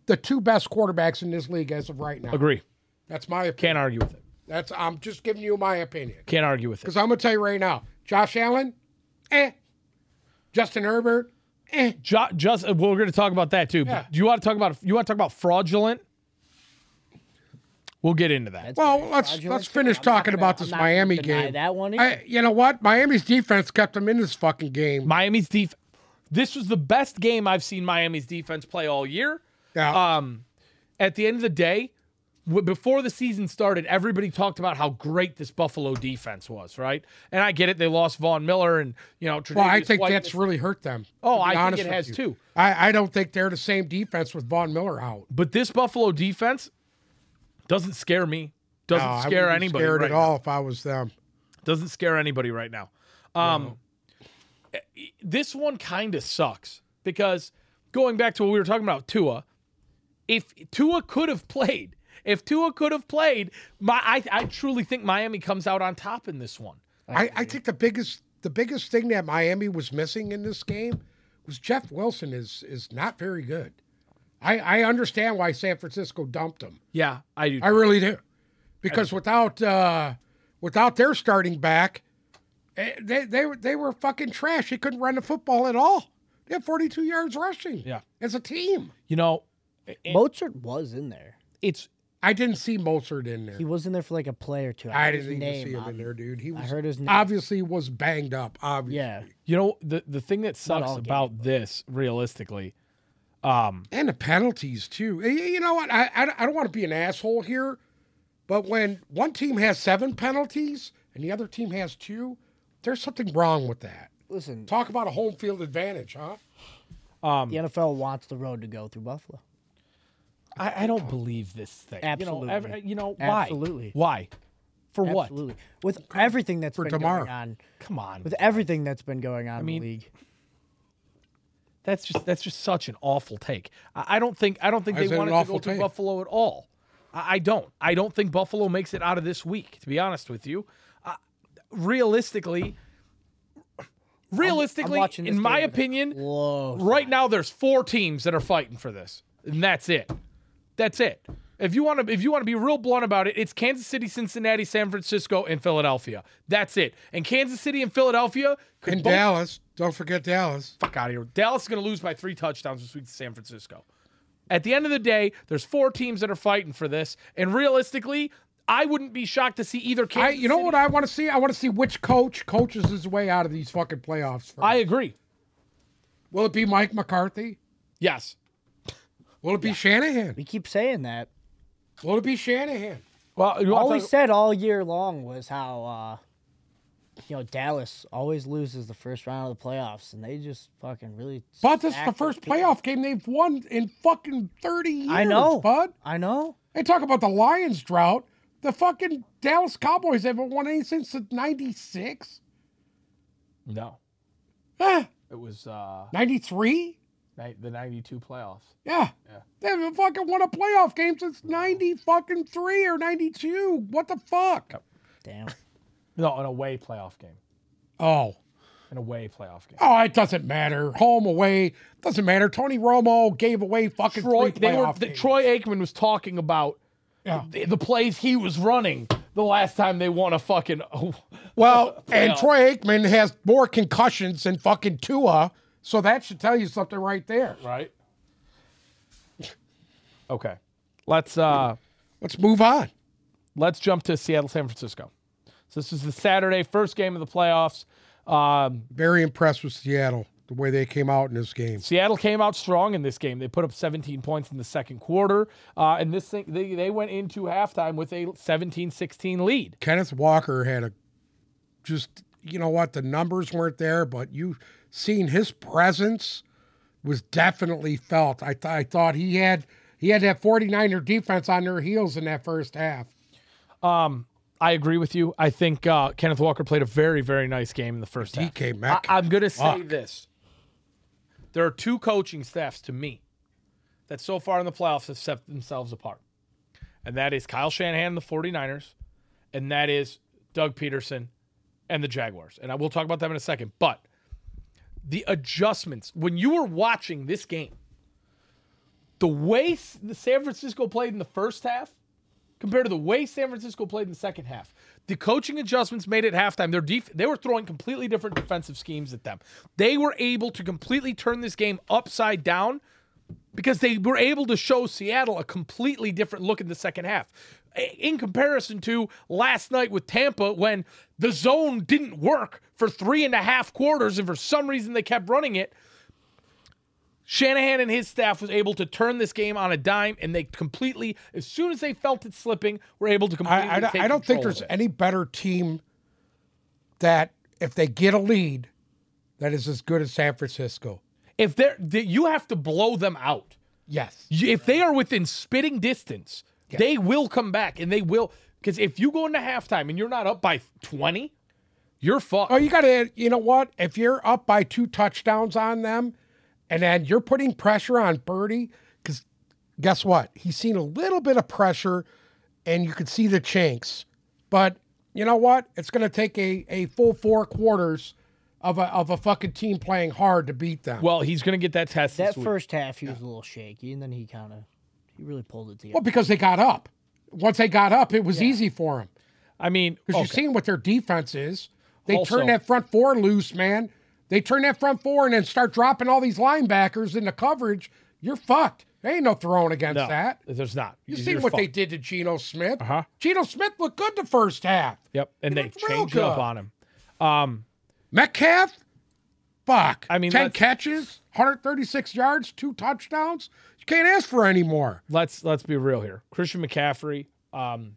Speaker 2: the two best quarterbacks in this league as of right now.
Speaker 1: Agree.
Speaker 2: That's my opinion.
Speaker 1: Can't argue with it.
Speaker 2: That's I'm just giving you my opinion
Speaker 1: Can't argue with it.
Speaker 2: because I'm gonna tell you right now, Josh Allen, eh, Justin Herbert, eh.
Speaker 1: Jo- just well, we're going to talk about that too. but
Speaker 2: Yeah.
Speaker 1: Do you want to talk about you want to talk about fraudulent? We'll get into that.
Speaker 2: Well, let's
Speaker 3: fraudulent.
Speaker 2: let's finish
Speaker 3: I'm not
Speaker 2: talking
Speaker 3: gonna-
Speaker 2: about
Speaker 3: I'm
Speaker 2: this
Speaker 3: not gonna
Speaker 2: Miami
Speaker 3: deny
Speaker 2: game.
Speaker 3: that one
Speaker 2: I, you know what? Miami's defense kept them in this fucking game.
Speaker 1: Miami's def. This was the best game I've seen Miami's defense play all year.
Speaker 2: Yeah.
Speaker 1: um, at the end of the day, w- before the season started, everybody talked about how great this Buffalo defense was, right? And I get it; they lost Vaughn Miller, and you know,
Speaker 2: Well, I
Speaker 1: Tre'Davious
Speaker 2: think
Speaker 1: White-
Speaker 2: that's really hurt them.
Speaker 1: Oh,
Speaker 2: to be
Speaker 1: I think
Speaker 2: honest
Speaker 1: it
Speaker 2: with
Speaker 1: has
Speaker 2: you.
Speaker 1: too.
Speaker 2: I, I don't think they're the same defense with Von Miller out.
Speaker 1: But this Buffalo defense doesn't scare me. Doesn't
Speaker 2: No, Uh, I
Speaker 1: scare
Speaker 2: wouldn't be
Speaker 1: anybody
Speaker 2: Scared
Speaker 1: right
Speaker 2: at all if I was them.
Speaker 1: Doesn't scare anybody right now. Um, e, This one kind of sucks because going back to what we were talking about, Tua, if Tua could have played, if Tua could have played, my, I, I truly think Miami comes out on top in this one.
Speaker 2: I, I think the biggest the biggest thing that Miami was missing in this game was Jeff Wilson is is not very good. I, I understand why San Francisco dumped him.
Speaker 1: Yeah, I do.
Speaker 2: I really do, because without uh, without their starting back, eh, they they were- they were fucking trash. They couldn't run the football at all. They had 42 yards rushing.
Speaker 1: Yeah.
Speaker 2: as a team.
Speaker 1: you know,
Speaker 3: Mozart was in there.
Speaker 1: it's
Speaker 2: I didn't see Mozart in there.
Speaker 3: He was in there for like a play or two.
Speaker 2: I
Speaker 3: heard his
Speaker 2: didn't even
Speaker 3: name
Speaker 2: see him
Speaker 3: on-
Speaker 2: in there, dude. He was
Speaker 3: heard his name.
Speaker 2: obviously was banged up. Obviously,
Speaker 3: Yeah,
Speaker 1: you know the the thing that sucks
Speaker 3: all game,
Speaker 1: about this realistically.
Speaker 2: and the penalties too. Eh, You know what? I I, I don't want to be an asshole here, but when one team has seven penalties and the other team has two, there's something wrong with that.
Speaker 3: listen,
Speaker 2: Talk about a home field advantage, huh?
Speaker 3: the NFL wants the road to go through Buffalo.
Speaker 1: I, I don't believe this thing. You know,
Speaker 3: Absolutely.
Speaker 1: ev- you know why?
Speaker 3: Absolutely.
Speaker 1: Why? For what?
Speaker 3: Absolutely, with everything that's been
Speaker 2: tomorrow.
Speaker 3: going on,
Speaker 1: Come on.
Speaker 3: with everything that's been going on in the league.
Speaker 1: That's just that's just such an awful take. I, I don't think I don't think
Speaker 2: Why is
Speaker 1: they
Speaker 2: it
Speaker 1: wanted
Speaker 2: an
Speaker 1: to go
Speaker 2: awful
Speaker 1: to
Speaker 2: take?
Speaker 1: Buffalo at all. I, I don't. I don't think Buffalo makes it out of this week. To be honest with you, uh, realistically,
Speaker 3: I'm
Speaker 1: realistically,
Speaker 3: watching this
Speaker 1: in my
Speaker 3: game with a
Speaker 1: opinion,
Speaker 3: close
Speaker 1: right now there's four teams that are fighting for this, and that's it. That's it. If you want to, if you want to be real blunt about it, it's Kansas City, Cincinnati, San Francisco, and Philadelphia. That's it. And Kansas City and Philadelphia could
Speaker 2: In
Speaker 1: both
Speaker 2: Dallas, don't forget Dallas.
Speaker 1: fuck out of here. Dallas is going to lose by three touchdowns this week to San Francisco. At the end of the day, there's four teams that are fighting for this, and realistically, I wouldn't be shocked to see either.
Speaker 2: I,
Speaker 1: Kansas
Speaker 2: you know
Speaker 1: City-
Speaker 2: what I want to see? I want to see which coach coaches his way out of these fucking playoffs. For
Speaker 1: I agree.
Speaker 2: Will it be Mike McCarthy?
Speaker 1: Yes,
Speaker 2: Will it be Shanahan?
Speaker 3: We keep saying that.
Speaker 2: Will it be Shanahan?
Speaker 1: Well, you wanna
Speaker 3: All he
Speaker 1: talk-
Speaker 3: said all year long was how, uh, you know, Dallas always loses the first round of the playoffs, and they just fucking really.
Speaker 2: But this is the
Speaker 3: stacked
Speaker 2: first
Speaker 3: their team.
Speaker 2: playoff game they've won in fucking 30 years,
Speaker 3: I know,
Speaker 2: bud.
Speaker 3: I know.
Speaker 2: They talk about the Lions drought. The fucking Dallas Cowboys haven't won any since 96?
Speaker 1: no,
Speaker 2: Eh,
Speaker 1: it was uh,
Speaker 2: 93?
Speaker 1: ni- the '92 playoffs.
Speaker 2: Yeah.
Speaker 1: Yeah.
Speaker 2: They haven't fucking won a playoff game since 90 fucking 3 or 92. What the fuck? <laughs>
Speaker 3: Damn.
Speaker 1: No, an away playoff game.
Speaker 2: Oh.
Speaker 1: An away playoff game.
Speaker 2: Oh, it doesn't matter. Home, away. Doesn't matter. Tony Romo gave away fucking
Speaker 1: Troy,
Speaker 2: three
Speaker 1: they were,
Speaker 2: playoff
Speaker 1: the,
Speaker 2: games.
Speaker 1: Troy Aikman was talking about
Speaker 2: Yeah.
Speaker 1: the, the plays he was running the last time they won a fucking. Oh,
Speaker 2: Well, and
Speaker 1: playoff.
Speaker 2: Troy Aikman has more concussions than fucking Tua, so that should tell you something right there.
Speaker 1: right. <laughs> Okay, let's uh,
Speaker 2: Let's move on.
Speaker 1: let's jump to Seattle, San Francisco. So this is the Saturday first game of the playoffs. Um,
Speaker 2: Very impressed with Seattle, the way they came out in this game.
Speaker 1: Seattle came out strong in this game. They put up 17 points in the second quarter, uh, and this thing they, they went into halftime with a 17-16 lead.
Speaker 2: Kenneth Walker had a just you know what, the numbers weren't there, but you seeing his presence was definitely felt. I, th- I thought he had he had that 49er defense on their heels in that first half.
Speaker 1: I agree with you. I think uh, Kenneth Walker played a very very nice game in the first half.
Speaker 2: DK Metcalf.
Speaker 1: I, am going to say
Speaker 2: Fuck.
Speaker 1: this: there are two coaching staffs to me that so far in the playoffs have set themselves apart, and that is Kyle Shanahan and the 49ers, and that is Doug Peterson and the Jaguars. And I will talk about them in a second. But the adjustments when you were watching this game, the way s- the San Francisco played in the first half compared to the way San Francisco played in the second half. The coaching adjustments made at halftime, their def- they were throwing completely different defensive schemes at them. They were able to completely turn this game upside down because they were able to show Seattle a completely different look in the second half. A- In comparison to last night with Tampa, when the zone didn't work for three and a half quarters, and for some reason they kept running it, Shanahan and his staff was able to turn this game on a dime, and they completely, as soon as they felt it slipping, were able to completely.
Speaker 2: I, I don't-
Speaker 1: take
Speaker 2: I don't think
Speaker 1: control of
Speaker 2: there's
Speaker 1: it.
Speaker 2: any better team that if they get a lead, that is as good as San Francisco.
Speaker 1: If they're, th- you have to blow them out.
Speaker 2: Yes.
Speaker 1: You- If they are within spitting distance, they will come back, and they will. Because if you go into halftime and you're not up by 20, you're fucked.
Speaker 2: Oh, you got to. You know what? If you're up by two touchdowns on them, and then you're putting pressure on Birdie, because guess what? He's seen a little bit of pressure, and you can see the chinks. But you know what? It's going to take a, a full four quarters of a of a fucking team playing hard to beat them.
Speaker 1: Well, he's going to get that test
Speaker 3: That
Speaker 1: this week.
Speaker 3: first half, he was a little shaky, and then he kind of, he really pulled it together.
Speaker 2: Well, because they got up. Once they got up, it was easy for them.
Speaker 1: I mean, oh,
Speaker 2: Because
Speaker 1: okay.
Speaker 2: you've seen what their defense is. They
Speaker 1: Also-
Speaker 2: turn that front four loose, man. They turn that front four and then start dropping all these linebackers into coverage. You're fucked. There ain't no throwing against
Speaker 1: no,
Speaker 2: that.
Speaker 1: there's not.
Speaker 2: You see what they did to Geno Smith.
Speaker 1: Uh-huh.
Speaker 2: Geno Smith looked good the first half.
Speaker 1: Yep, and
Speaker 2: He
Speaker 1: they
Speaker 2: looked real
Speaker 1: changed it up
Speaker 2: good.
Speaker 1: on him.
Speaker 2: Metcalf, fuck.
Speaker 1: I mean,
Speaker 2: 10
Speaker 1: let's-
Speaker 2: catches, 136 yards, two touchdowns. You can't ask for any more.
Speaker 1: Let's let's be real here. Christian McCaffrey, um,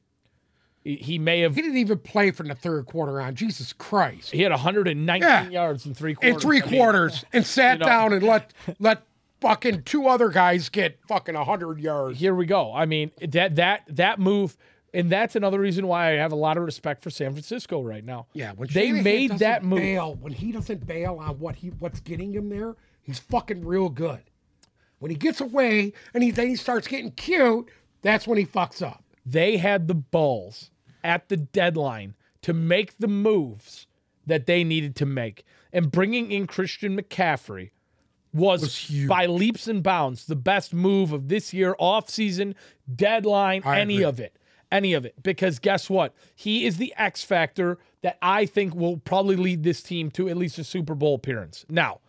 Speaker 1: he, he may have
Speaker 2: He didn't even play from the third quarter on. Jesus Christ.
Speaker 1: he had 119
Speaker 2: Yeah.
Speaker 1: yards in three quarters.
Speaker 2: in three
Speaker 1: I mean, <laughs>
Speaker 2: quarters and sat
Speaker 1: know.
Speaker 2: down and let let fucking two other guys get fucking hundred yards.
Speaker 1: here we go. I mean that that that move, and that's another reason why I have a lot of respect for San Francisco right now.
Speaker 2: Yeah, when
Speaker 1: they
Speaker 2: Shanahan
Speaker 1: made
Speaker 2: doesn't
Speaker 1: that move.
Speaker 2: Bail, when he doesn't bail on what he what's getting him there, he's fucking real good. When he gets away and he then he starts getting cute, that's when he fucks up.
Speaker 1: they had the balls at the deadline to make the moves that they needed to make. And bringing in Christian McCaffrey was, by leaps and bounds the best move of this year, offseason, deadline, any of it. Any of it. Because guess what? He is the X factor that I think will probably lead this team to at least a Super Bowl appearance. Now,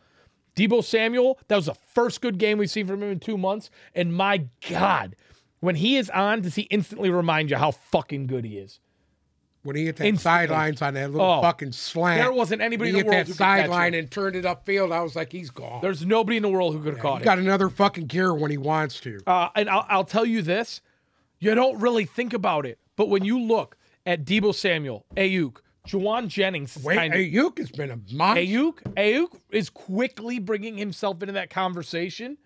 Speaker 1: Debo Samuel, that was the first good game we've seen from him in two months. And my God, when he is on, does he instantly remind you how fucking good he is?
Speaker 2: When he hit that
Speaker 1: Instantly.
Speaker 2: sidelines on that little
Speaker 1: Oh.
Speaker 2: fucking slant,
Speaker 1: There wasn't anybody in the
Speaker 2: he hit
Speaker 1: world
Speaker 2: that
Speaker 1: who could catch
Speaker 2: sideline
Speaker 1: him.
Speaker 2: and turned it upfield. I was like, he's gone.
Speaker 1: There's nobody in the world who could have caught
Speaker 2: he
Speaker 1: him.
Speaker 2: got another
Speaker 1: Oh,
Speaker 2: fucking gear when he wants to.
Speaker 1: Uh, and I'll, I'll tell you this you don't really think about it, But when you look at Debo Samuel, Ayuk, Juwan Jennings, is
Speaker 2: Wait,
Speaker 1: kind of-
Speaker 2: Ayuk has been a monster.
Speaker 1: Ayuk, Ayuk is quickly bringing himself into that conversation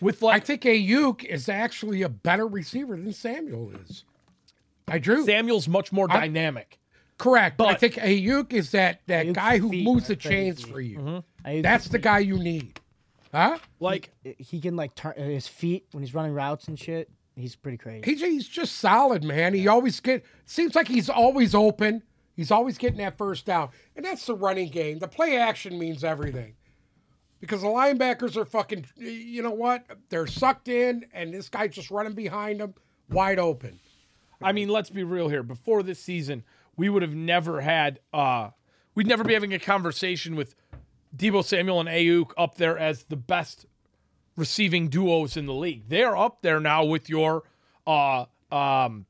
Speaker 1: with
Speaker 2: I
Speaker 1: like
Speaker 2: think Ayuk is actually a better receiver than Samuel is. I drew
Speaker 1: Samuel's much more dynamic.
Speaker 2: correct, but I
Speaker 1: But-
Speaker 2: think Ayuk is that that
Speaker 3: Ayuk's
Speaker 2: guy who
Speaker 3: feet
Speaker 2: moves
Speaker 3: are Mm-hmm.
Speaker 2: the chains
Speaker 3: crazy.
Speaker 2: for you.
Speaker 3: I,
Speaker 2: That's the guy you need, huh?
Speaker 1: Like
Speaker 3: he can like turn uh, his feet when he's running routes and shit. He's pretty crazy.
Speaker 2: He's, he's just solid, man. He always get seems like he's always open. He's always getting that first down, and that's the running game. The play action means everything, because the linebackers are fucking. You know what? They're sucked in, and this guy's just running behind them, wide open.
Speaker 1: I mean, let's be real here. Before this season, we would have never had uh we'd never be having a conversation with Debo Samuel and Ayuk up there as the best receiving duos in the league. They're up there now with your uh um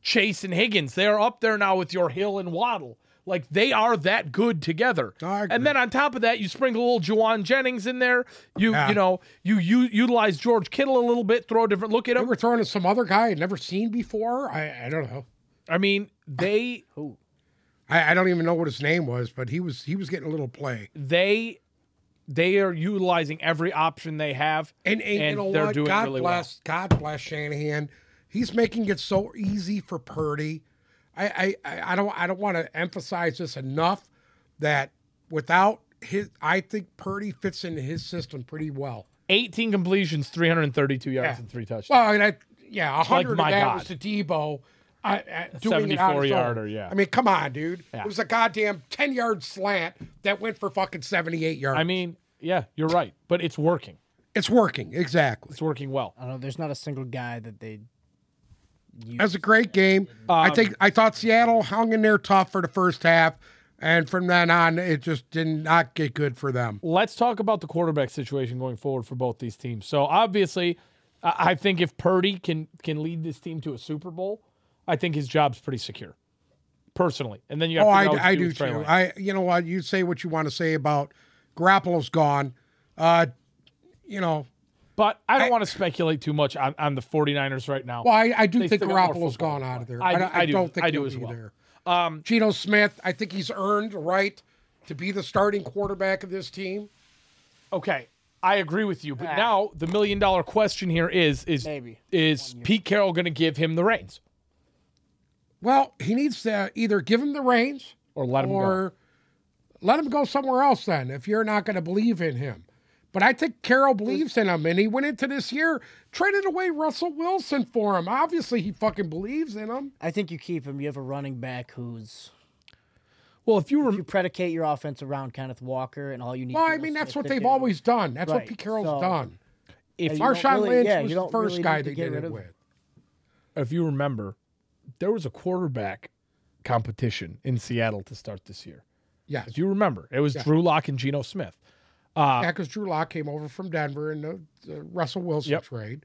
Speaker 1: Chase and Higgins. They are up there now with your Hill and Waddle. Like they are that good together.
Speaker 2: I agree.
Speaker 1: And then on top of that, you sprinkle a little Juwan Jennings in there. You
Speaker 2: Yeah.
Speaker 1: you know, you, you utilize George Kittle a little bit, throw a different look at
Speaker 2: They
Speaker 1: him.
Speaker 2: were throwing at some other guy I'd never seen before. I, I don't know.
Speaker 1: I mean, they
Speaker 2: I, I don't even know what his name was, but he was he was getting a little play.
Speaker 1: they they are utilizing every option they have.
Speaker 2: And, and,
Speaker 1: And
Speaker 2: you know
Speaker 1: they're
Speaker 2: what?
Speaker 1: doing
Speaker 2: God
Speaker 1: really well.
Speaker 2: bless, God bless Shanahan. He's making it so easy for Purdy. I I- I, I don't I don't want to emphasize this enough that without his, I think Purdy fits into his system pretty well.
Speaker 1: 18 completions, 332 yards
Speaker 2: Yeah.
Speaker 1: and three touchdowns.
Speaker 2: Well, and I, yeah, a hundred
Speaker 1: my
Speaker 2: of that
Speaker 1: God.
Speaker 2: was to Debo. I, I, doing it on
Speaker 1: 74
Speaker 2: his own.
Speaker 1: yarder, yeah.
Speaker 2: I mean, come on, dude.
Speaker 1: Yeah.
Speaker 2: It was a goddamn ten yard slant that went for fucking seventy eight yards.
Speaker 1: I mean, yeah, you're right, but it's working.
Speaker 2: it's working exactly.
Speaker 1: It's working well.
Speaker 3: I don't know. There's not a single guy that they.
Speaker 2: That was a great game.
Speaker 1: Um,
Speaker 2: I think I thought Seattle hung in there tough for the first half, and from then on, it just did not get good for them.
Speaker 1: Let's talk about the quarterback situation going forward for both these teams. So obviously, I I think if Purdy can can lead this team to a Super Bowl, I think his job's pretty secure, personally. And then you have
Speaker 2: Oh,
Speaker 1: to figure out what
Speaker 2: I, I
Speaker 1: to
Speaker 2: do
Speaker 1: with Trey
Speaker 2: too.
Speaker 1: Lance.
Speaker 2: I, you know what? You say what you want to say about Garoppolo's gone. Uh, you know,
Speaker 1: but I don't want to speculate too much on, on the 49ers right now.
Speaker 2: well, I, I do
Speaker 1: They
Speaker 2: think
Speaker 1: still got more
Speaker 2: Garoppolo's
Speaker 1: football.
Speaker 2: gone out of there.
Speaker 1: I
Speaker 2: I,
Speaker 1: do-
Speaker 2: don't-
Speaker 1: I do-
Speaker 2: don't think
Speaker 1: I do
Speaker 2: he'll
Speaker 1: as
Speaker 2: be
Speaker 1: well. Um,
Speaker 2: there. Geno Smith, I think he's earned the right to be the starting quarterback of this team.
Speaker 1: Okay, I agree with you. But
Speaker 3: Ah.
Speaker 1: now the million dollar question here is is
Speaker 3: Maybe.
Speaker 1: is Pete Carroll going to give him the reins
Speaker 2: Well, he needs to either give him the reins
Speaker 1: or let him go?
Speaker 2: or let him go somewhere else then if you're not going to believe in him. But I think Carroll believes in him, and he went into this year traded away Russell Wilson for him. Obviously, he fucking believes in him.
Speaker 3: I think you keep him. You have a running back who's
Speaker 1: Well, if you
Speaker 3: you
Speaker 1: rem-
Speaker 3: predicate your offense around Kenneth Walker and all you need.
Speaker 2: Well,
Speaker 3: to
Speaker 2: I
Speaker 3: do
Speaker 2: mean,
Speaker 3: is
Speaker 2: that's
Speaker 3: if
Speaker 2: what
Speaker 3: they
Speaker 2: they've
Speaker 3: do-
Speaker 2: always done. That's what
Speaker 3: Right,
Speaker 2: Pete Carroll's
Speaker 3: so-
Speaker 2: done.
Speaker 1: if
Speaker 3: you
Speaker 1: you,
Speaker 3: don't
Speaker 2: Marshawn
Speaker 3: really-
Speaker 2: Lynch
Speaker 3: yeah,
Speaker 2: was
Speaker 3: you
Speaker 2: the
Speaker 3: don't
Speaker 2: first
Speaker 3: really
Speaker 2: guy
Speaker 3: need to
Speaker 2: they
Speaker 3: get
Speaker 2: did
Speaker 3: rid
Speaker 2: it
Speaker 3: of-
Speaker 2: with.
Speaker 1: if you remember, there was a quarterback competition in Seattle to start this year.
Speaker 2: Yeah,
Speaker 1: If you remember, it was Drew Lock and Geno Smith. Uh,
Speaker 2: because Drew Lock came over from Denver in the, the Russell Wilson
Speaker 1: Yep.
Speaker 2: trade.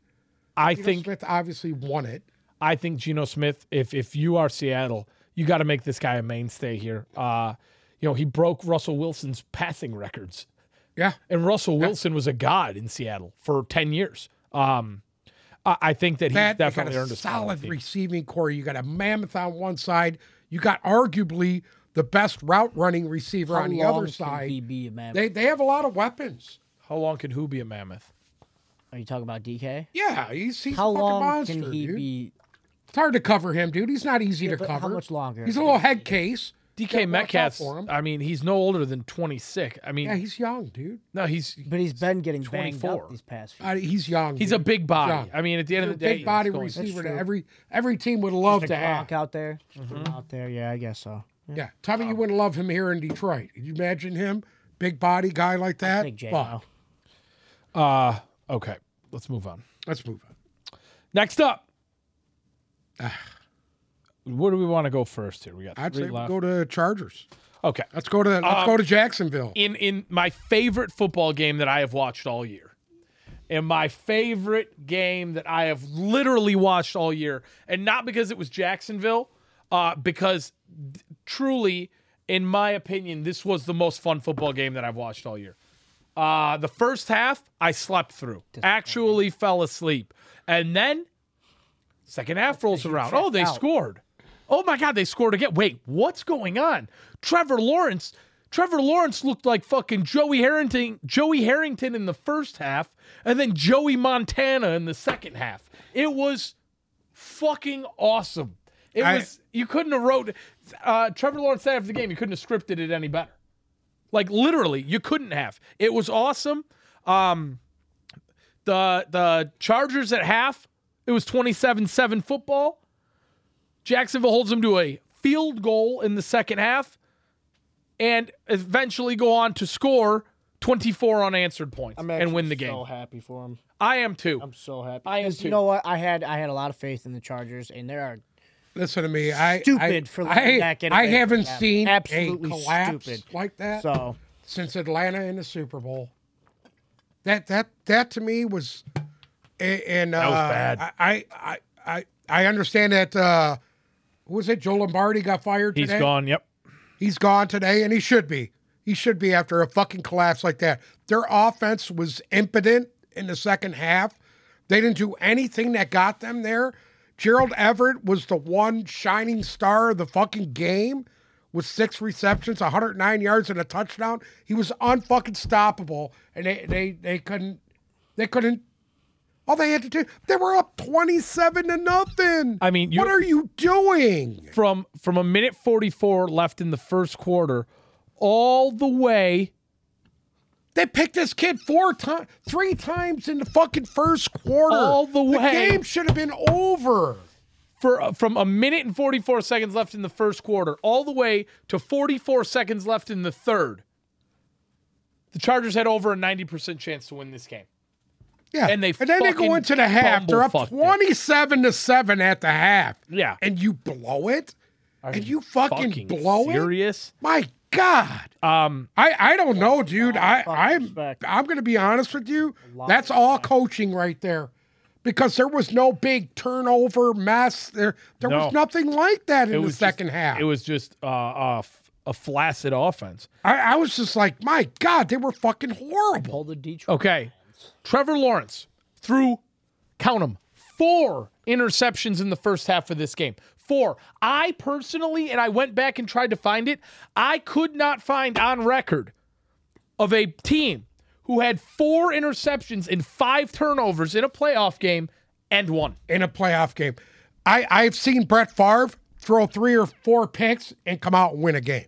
Speaker 1: I
Speaker 2: Geno
Speaker 1: think
Speaker 2: Smith obviously won it.
Speaker 1: I think Geno Smith, if if you are Seattle, you got to make this guy a mainstay here. Uh, you know, he broke Russell Wilson's passing records.
Speaker 2: Yeah,
Speaker 1: And Russell Wilson was a god in Seattle for 10 years. Um, I, I think that he's
Speaker 2: that you got
Speaker 1: definitely
Speaker 2: a
Speaker 1: earned a spot on the
Speaker 2: solid
Speaker 1: team.
Speaker 2: receiving core. You got a mammoth on one side. You got arguably the best route running receiver
Speaker 3: How
Speaker 2: on the
Speaker 3: long
Speaker 2: other
Speaker 3: can
Speaker 2: side.
Speaker 3: he be a man?
Speaker 2: They they have a lot of weapons.
Speaker 1: How long can who be a mammoth?
Speaker 3: Are you talking about DK?
Speaker 2: Yeah, he's he's
Speaker 3: How
Speaker 2: a fucking
Speaker 3: long
Speaker 2: monster,
Speaker 3: can he
Speaker 2: dude.
Speaker 3: be?
Speaker 2: It's hard to cover him, dude. He's not easy to
Speaker 3: but
Speaker 2: cover.
Speaker 3: how much longer?
Speaker 2: He's a little head case.
Speaker 1: DK
Speaker 2: Gotta watch out
Speaker 1: Metcalf,
Speaker 2: for him.
Speaker 1: I mean, he's no older than 26. I mean,
Speaker 2: Yeah, he's young, dude.
Speaker 1: no, he's
Speaker 3: But he's been getting banged
Speaker 1: 24.
Speaker 3: up these past few.
Speaker 2: Uh, he's young.
Speaker 1: he's a
Speaker 2: dude.
Speaker 1: big body.
Speaker 2: Yeah.
Speaker 1: I mean, at the end of the day,
Speaker 2: big body
Speaker 1: he's going-
Speaker 2: receiver
Speaker 3: That's
Speaker 2: that
Speaker 3: true.
Speaker 2: every every team would love to have.
Speaker 3: Gronk out there, Just put him out there. Yeah, I guess so.
Speaker 2: Yeah, Tommy,
Speaker 3: Oh.
Speaker 2: you wouldn't love him here in Detroit. Could you imagine him, big body guy like that?
Speaker 3: Big J.
Speaker 2: Fuck.
Speaker 3: Wow.
Speaker 1: Uh, okay, let's move on.
Speaker 2: Let's move on.
Speaker 1: Next up. Where do we want to go first here? We got
Speaker 2: I'd
Speaker 1: three
Speaker 2: say we
Speaker 1: left.
Speaker 2: go to Chargers.
Speaker 1: okay.
Speaker 2: Let's go to let's
Speaker 3: Um,
Speaker 2: go to Jacksonville.
Speaker 1: in in my favorite football game that I have watched all year. And my favorite game that I have literally watched all year, and not because it was Jacksonville, uh, because d- truly, in my opinion, this was the most fun football game that I've watched all year. Uh, the first half, I slept through, actually fell asleep. And then Second half rolls around. Oh, they scored. Oh my God, they scored again. Wait, what's going on? Trevor Lawrence. Trevor Lawrence looked like fucking Joey Harrington. Joey Harrington in the first half, and then Joey Montana in the second half. It was fucking awesome. It
Speaker 2: I-
Speaker 1: was. You couldn't have wrote. Uh, Trevor Lawrence said after the game, you couldn't have scripted it any better. Like literally, you couldn't have. It was awesome. Um, the the Chargers at half, it was 27-7 football. Jacksonville holds them to a field goal in the second half and eventually go on to score 24 unanswered points
Speaker 3: I'm
Speaker 1: and win the
Speaker 3: actually
Speaker 1: game.
Speaker 3: So happy for him.
Speaker 1: I am too.
Speaker 3: I'm so happy.
Speaker 1: I am
Speaker 3: 'Cause
Speaker 1: too.
Speaker 3: You know what? I had I had a lot of faith in the Chargers, and there are
Speaker 2: Listen to me. I
Speaker 3: Stupid
Speaker 2: I,
Speaker 3: for
Speaker 2: I,
Speaker 3: letting that get
Speaker 2: I
Speaker 3: away.
Speaker 2: haven't
Speaker 3: Yeah,
Speaker 2: seen
Speaker 3: absolutely
Speaker 2: a collapse
Speaker 3: stupid.
Speaker 2: like that
Speaker 3: so
Speaker 2: since Atlanta in the Super Bowl. That that that to me was, a- and uh,
Speaker 1: was bad.
Speaker 2: I I I I understand that. Uh, who was it? Joe Lombardi got fired.
Speaker 1: He's
Speaker 2: today.
Speaker 1: gone. Yep.
Speaker 2: He's gone today, and he should be. He should be after a fucking collapse like that. Their offense was impotent in the second half. They didn't do anything that got them there. Gerald Everett was the one shining star of the fucking game with six receptions, 109 yards, and a touchdown. He was unfucking stoppable, and they they they couldn't they couldn't. All they had to do they were up 27 to nothing.
Speaker 1: I mean, you-
Speaker 2: what are you doing?
Speaker 1: From from a minute 44 left in the first quarter all the way
Speaker 2: They picked this kid four times, three times in the fucking first quarter.
Speaker 1: All the way.
Speaker 2: game should have been over.
Speaker 1: for uh, from a minute and 44 seconds left in the first quarter all the way to 44 seconds left in the third the chargers had over a 90% chance to win this game
Speaker 2: Yeah,
Speaker 1: And they
Speaker 2: then they
Speaker 1: fucking
Speaker 2: go into the half. They're up
Speaker 1: bumblefucked it.
Speaker 2: twenty-seven to seven at the half.
Speaker 1: Yeah.
Speaker 2: and you blow it, and you fucking, blow
Speaker 1: serious
Speaker 2: it. My God,
Speaker 1: um
Speaker 2: I I don't know, dude. I
Speaker 3: fucking
Speaker 2: I'm
Speaker 3: respect.
Speaker 2: I'm gonna be honest with you. That's all coaching right there, because there was no big turnover mess. There there
Speaker 1: No.
Speaker 2: was nothing like that in the
Speaker 1: was just-
Speaker 2: second half.
Speaker 1: it was just uh, uh f- a flaccid offense
Speaker 2: I, I was just like, my God, they were fucking horrible.
Speaker 3: pull the Detroit.
Speaker 1: okay trevor lawrence threw count them four interceptions in the first half of this game four i personally and i went back and tried to find it i could not find on record of a team who had four interceptions and five turnovers in a playoff game and won.
Speaker 2: In a playoff game, I, I've seen Brett Favre throw three or four picks and come out and win a game.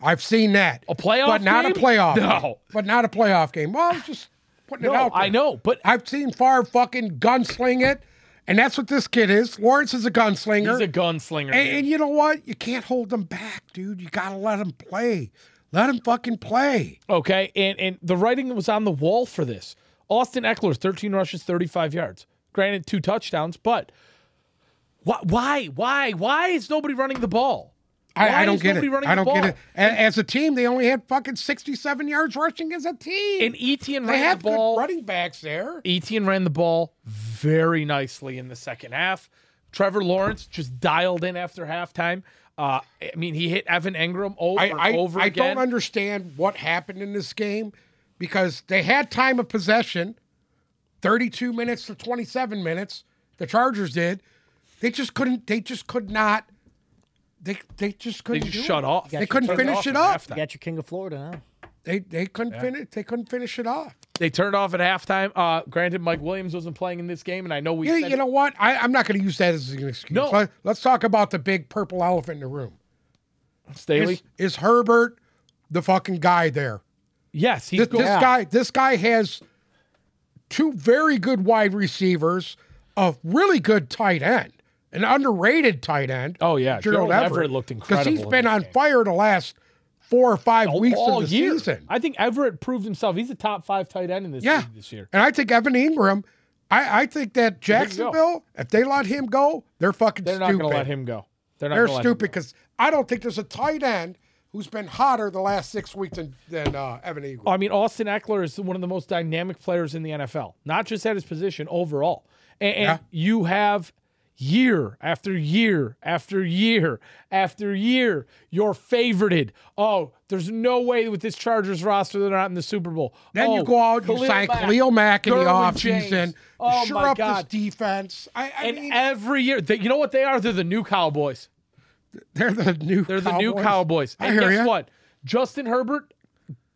Speaker 2: I've seen that.
Speaker 1: A playoff
Speaker 2: But not a
Speaker 1: game?
Speaker 2: playoff
Speaker 1: No.
Speaker 2: game. But not a playoff game. Well, I was just putting it out there.
Speaker 1: I know, but
Speaker 2: I've seen Favre fucking gunsling it, and that's what this kid is. Lawrence is a gunslinger.
Speaker 1: he's a gunslinger.
Speaker 2: And, and you know what? You can't hold them back, dude. You got to let them play. Let them fucking play.
Speaker 1: Okay, and and the writing was on the wall for this. Austin Eckler's 13 rushes, 35 yards. Granted, two touchdowns, but why, why, why, why is nobody running the ball? Why
Speaker 2: I, I don't
Speaker 1: is
Speaker 2: get it.
Speaker 1: nobody running
Speaker 2: I
Speaker 1: the
Speaker 2: don't get
Speaker 1: ball?
Speaker 2: it. A- As a team, they only had fucking 67 yards rushing as a team.
Speaker 1: And Etienne
Speaker 2: they
Speaker 1: ran
Speaker 2: have
Speaker 1: the ball.
Speaker 2: good running backs there.
Speaker 1: Etienne ran the ball very nicely in the second half. Trevor Lawrence just dialed in after halftime. Uh, I mean, he hit Evan Engram over
Speaker 2: I,
Speaker 1: and
Speaker 2: I,
Speaker 1: over
Speaker 2: I
Speaker 1: again.
Speaker 2: don't understand what happened in this game because they had time of possession 32 minutes to 27 minutes. The Chargers did. They just couldn't, they just could not, they, they just
Speaker 1: they
Speaker 2: couldn't
Speaker 1: just
Speaker 2: do
Speaker 1: shut
Speaker 2: it.
Speaker 1: off.
Speaker 2: They couldn't
Speaker 1: turned
Speaker 2: finish
Speaker 1: off
Speaker 2: it
Speaker 1: at
Speaker 2: off.
Speaker 1: halftime.
Speaker 3: You got your King of Florida now.
Speaker 2: They, they couldn't finish, they couldn't finish it off.
Speaker 1: They turned off at halftime. Uh, granted, Mike Williams wasn't playing in this game, and I know we
Speaker 2: You,
Speaker 1: said
Speaker 2: you know what? I, I'm not going to use that as an excuse.
Speaker 1: No.
Speaker 2: Let- Let's talk about the big purple elephant in the room.
Speaker 1: Staley.
Speaker 2: is, is Herbert the fucking guy there?
Speaker 1: yes, he's
Speaker 2: This,
Speaker 1: going.
Speaker 2: this guy, this guy has two very good wide receivers, a really good tight end, an underrated tight end.
Speaker 1: Oh, yeah.
Speaker 2: Gerald,
Speaker 1: Gerald
Speaker 2: Everett,
Speaker 1: Everett looked
Speaker 2: because
Speaker 1: incredible
Speaker 2: he's
Speaker 1: in
Speaker 2: been
Speaker 1: this
Speaker 2: on
Speaker 1: game.
Speaker 2: fire the last four or five weeks
Speaker 1: all
Speaker 2: of the
Speaker 1: year.
Speaker 2: season.
Speaker 1: I think Everett proved himself. He's a top five tight end in this
Speaker 2: yeah,
Speaker 1: league this year.
Speaker 2: and I think Evan Ingram. I, I think that Jacksonville, if they let him go, they're fucking
Speaker 1: They're not
Speaker 2: stupid.
Speaker 1: going to let him go. They're not.
Speaker 2: They're
Speaker 1: gonna let him
Speaker 2: stupid because I don't think there's a tight end who's been hotter the last six weeks than, than uh, Evan Ingram.
Speaker 1: go. I mean, Austin Eckler is one of the most dynamic players in the NFL, not just at his position overall. And, and you have year after year after year after year. You're favorited. Oh, there's no way with this Chargers roster they're not in the Super Bowl.
Speaker 2: Then
Speaker 1: oh,
Speaker 2: you go out and you sign Khalil Mack in the
Speaker 1: Derwin
Speaker 2: offseason.
Speaker 1: James. Oh,
Speaker 2: sure
Speaker 1: my
Speaker 2: up
Speaker 1: God.
Speaker 2: this defense. I, I
Speaker 1: And
Speaker 2: mean,
Speaker 1: every year, they, you know what they are? They're the new Cowboys.
Speaker 2: they're the new
Speaker 1: They're the new Cowboys.
Speaker 2: I
Speaker 1: And
Speaker 2: hear
Speaker 1: guess
Speaker 2: ya.
Speaker 1: what? Justin Herbert,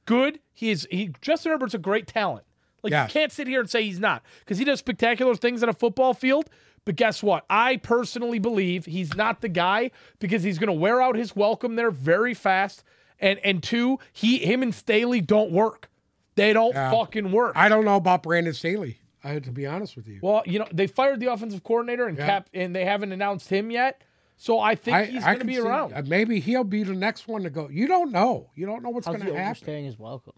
Speaker 1: good. He is he Justin Herbert's a great talent. Like
Speaker 2: Yes.
Speaker 1: you can't sit here and say he's not because he does spectacular things on a football field. But guess what? I personally believe he's not the guy because he's going to wear out his welcome there very fast. And and two, he him and Staley don't work. They don't fucking work.
Speaker 2: I don't know about Brandon Staley, I, to be honest with you.
Speaker 1: well, you know they fired the offensive coordinator and
Speaker 2: Yeah.
Speaker 1: cap and they haven't announced him yet. So I think
Speaker 2: I,
Speaker 1: he's
Speaker 2: I
Speaker 1: going to
Speaker 2: can
Speaker 1: be
Speaker 2: see-
Speaker 1: around.
Speaker 2: uh, Maybe he'll be the next one to go. You don't know. You don't know what's
Speaker 3: How's
Speaker 2: going
Speaker 3: he
Speaker 2: to happen.
Speaker 3: overstaying his welcome?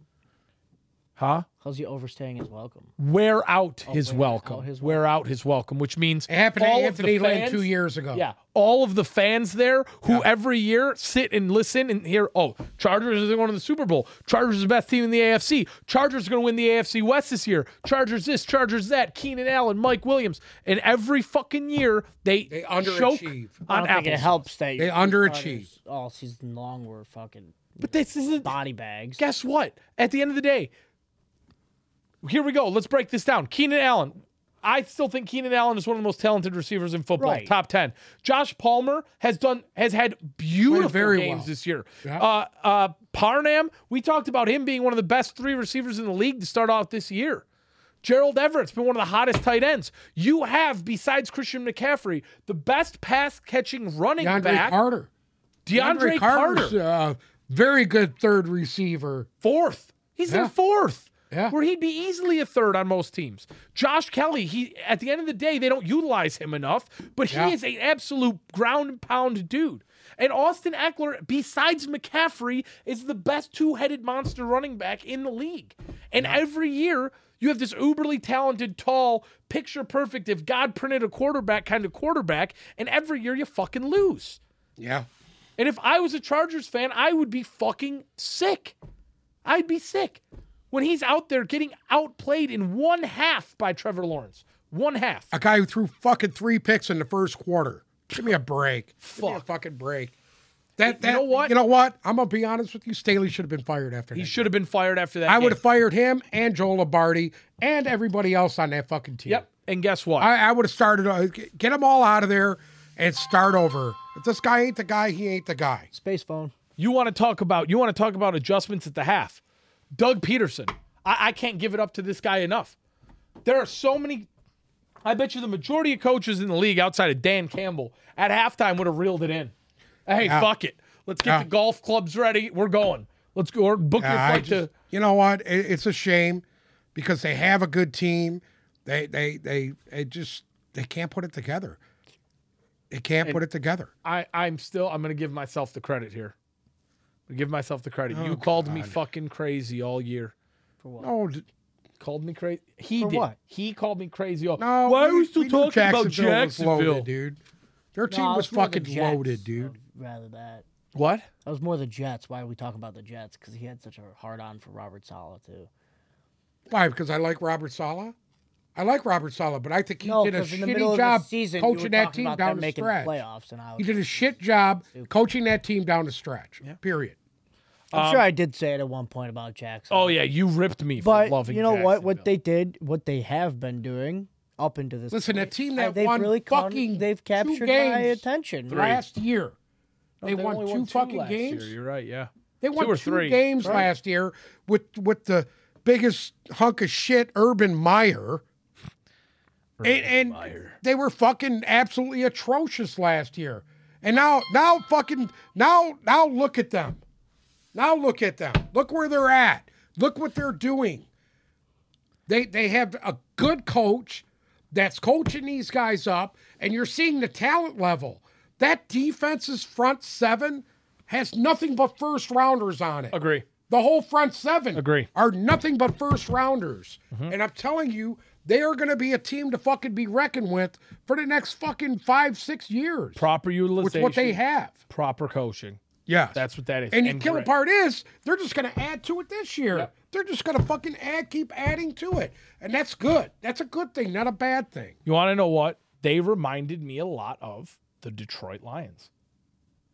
Speaker 1: huh?
Speaker 3: How's he overstaying his welcome?
Speaker 1: wear
Speaker 2: Oh,
Speaker 1: out his
Speaker 3: wear
Speaker 1: welcome.
Speaker 3: out his
Speaker 1: wear out his welcome, which means
Speaker 2: It happened to
Speaker 1: all of
Speaker 2: Anthony
Speaker 1: the
Speaker 2: Lynn
Speaker 1: fans-
Speaker 2: two years ago.
Speaker 1: Yeah, all of the fans there who every year sit and listen and hear, oh, Chargers are going to the Super Bowl. Chargers are the best team in the AFC. Chargers are going to win the AFC West this year. Chargers this, Chargers that. Keenan Allen, Mike Williams, and every fucking year they,
Speaker 2: They
Speaker 1: choke
Speaker 2: underachieve.
Speaker 3: I
Speaker 1: on
Speaker 3: don't think it
Speaker 1: Apple.
Speaker 3: helps that
Speaker 2: They
Speaker 3: your
Speaker 2: underachieved.
Speaker 3: starters all season long were fucking
Speaker 1: But this isn't
Speaker 3: body bags.
Speaker 1: guess what? At the end of the day, here we go. Let's break this down. Keenan Allen. I still think Keenan Allen is one of the most talented receivers in football,
Speaker 3: Right.
Speaker 1: top ten. Josh Palmer has done has had beautiful
Speaker 2: very
Speaker 1: games
Speaker 2: well.
Speaker 1: this year.
Speaker 2: Yeah.
Speaker 1: Uh, uh, Parnam, we talked about him being one of the best three receivers in the league to start off this year. Gerald Everett's been one of the hottest tight ends. You have, besides Christian McCaffrey, the best pass catching running
Speaker 2: DeAndre
Speaker 1: back,
Speaker 2: Carter.
Speaker 1: DeAndre, Carter.
Speaker 2: Carter's uh, very good third receiver.
Speaker 1: fourth. He's
Speaker 2: Yeah.
Speaker 1: in fourth.
Speaker 2: Yeah.
Speaker 1: Where he'd be easily a third on most teams. Josh Kelly, he at the end of the day, they don't utilize him enough, but he
Speaker 2: Yeah.
Speaker 1: is an absolute ground and pound dude. And Austin Eckler, besides McCaffrey, is the best two-headed monster running back in the league. And every year you have this uberly talented, tall, picture perfect, if God printed a quarterback kind of quarterback, and every year you fucking lose.
Speaker 2: Yeah.
Speaker 1: And if I was a Chargers fan, I would be fucking sick. I'd be sick when he's out there getting outplayed in one half by Trevor Lawrence. One half.
Speaker 2: A guy who threw fucking three picks in the first quarter. Give me a break. Give me a
Speaker 1: Fuck.
Speaker 2: fucking break. That, that,
Speaker 1: know what?
Speaker 2: You know what? I'm gonna be honest with you. Staley should have been fired after
Speaker 1: He
Speaker 2: that.
Speaker 1: should have been fired after that.
Speaker 2: I would
Speaker 1: game.
Speaker 2: have fired him and Joel Lombardi and everybody else on that fucking team.
Speaker 1: Yep. And guess what?
Speaker 2: I, I would have started. Uh, g- get them all out of there and start over. If this guy ain't the guy, he ain't the guy.
Speaker 3: Space phone.
Speaker 1: you want to talk about you want to talk about adjustments at the half. Doug Peterson. I, I can't give it up to this guy enough. There are so many. I bet you the majority of coaches in the league outside of Dan Campbell at halftime would have reeled it in. Hey, fuck it. Let's get
Speaker 2: Yeah.
Speaker 1: the golf clubs ready. We're going. Let's go. Or book your
Speaker 2: Uh, I
Speaker 1: flight
Speaker 2: just-
Speaker 1: to.
Speaker 2: you know what? It, it's a shame because they have a good team. They they they they just they can't put it together. They can't put it together.
Speaker 1: I, I'm still. I'm gonna give myself the credit here. I Give myself the credit.
Speaker 2: Oh,
Speaker 1: you called me fucking crazy all year.
Speaker 2: No, d-
Speaker 1: Called me crazy. He
Speaker 3: For
Speaker 1: did.
Speaker 3: what?
Speaker 1: He called me crazy. All.
Speaker 2: no.
Speaker 1: Why are we
Speaker 2: we-
Speaker 1: still
Speaker 2: we knew
Speaker 1: talking about
Speaker 2: was loaded,
Speaker 1: Jacksonville?
Speaker 2: dude? Their team
Speaker 3: No,
Speaker 2: was
Speaker 3: it's more the
Speaker 2: fucking
Speaker 3: Jets,
Speaker 2: loaded, dude.
Speaker 3: uh, Rather that.
Speaker 1: What?
Speaker 3: That was more the Jets. Why are we talking about the Jets? Because he had such a hard on for Robert Sala too.
Speaker 2: Why? Because I like Robert Sala. I like Robert Sala, but I think he
Speaker 3: No,
Speaker 2: did a
Speaker 3: because in the middle
Speaker 2: shitty
Speaker 3: of
Speaker 2: job
Speaker 3: the season, you were
Speaker 2: coaching that
Speaker 3: talking
Speaker 2: team
Speaker 3: about
Speaker 2: down
Speaker 3: them
Speaker 2: the
Speaker 3: making
Speaker 2: stretch.
Speaker 3: the playoff, and I was,
Speaker 2: He did a shit job coaching that team down the stretch. Period.
Speaker 3: I'm sure I did say it at one point about Jackson.
Speaker 1: Oh yeah, you ripped me for
Speaker 3: but
Speaker 1: loving.
Speaker 3: you know what?
Speaker 1: Jacksonville.
Speaker 3: What they did, what they have been doing up into this.
Speaker 2: Listen, a
Speaker 3: point,
Speaker 2: team
Speaker 3: uh,
Speaker 2: that
Speaker 3: they've
Speaker 2: won
Speaker 3: really caught-
Speaker 2: fucking
Speaker 3: they've
Speaker 2: two
Speaker 3: captured my
Speaker 2: games
Speaker 3: attention.
Speaker 2: last year. They, won,
Speaker 1: only
Speaker 2: two fucking
Speaker 1: last year,
Speaker 2: games.
Speaker 1: You're right. Yeah.
Speaker 2: They won
Speaker 1: two or three.
Speaker 2: games last year with with the biggest hunk of shit, Urban Meyer. and and they were fucking absolutely atrocious last year. And now now fucking now now look at them. Now look at them. Look where they're at. Look what they're doing. They they have a good coach that's coaching these guys up, and you're seeing the talent level. That defense's front seven has nothing but first rounders on it.
Speaker 1: Agree.
Speaker 2: The whole front seven
Speaker 1: Agree. Mm-hmm.
Speaker 2: are nothing but first rounders. And I'm telling you, they are going to be a team to fucking be reckoned with for the next fucking five, six years.
Speaker 1: Proper utilization.
Speaker 2: It's what they have.
Speaker 1: Proper coaching.
Speaker 2: Yes.
Speaker 1: That's what that is.
Speaker 2: and the killer
Speaker 1: grit.
Speaker 2: part is they're just going to add to it this year. They're just going to fucking add, keep adding to it. And that's good. That's a good thing, not a bad thing.
Speaker 1: You want to know what? they reminded me a lot of the Detroit Lions.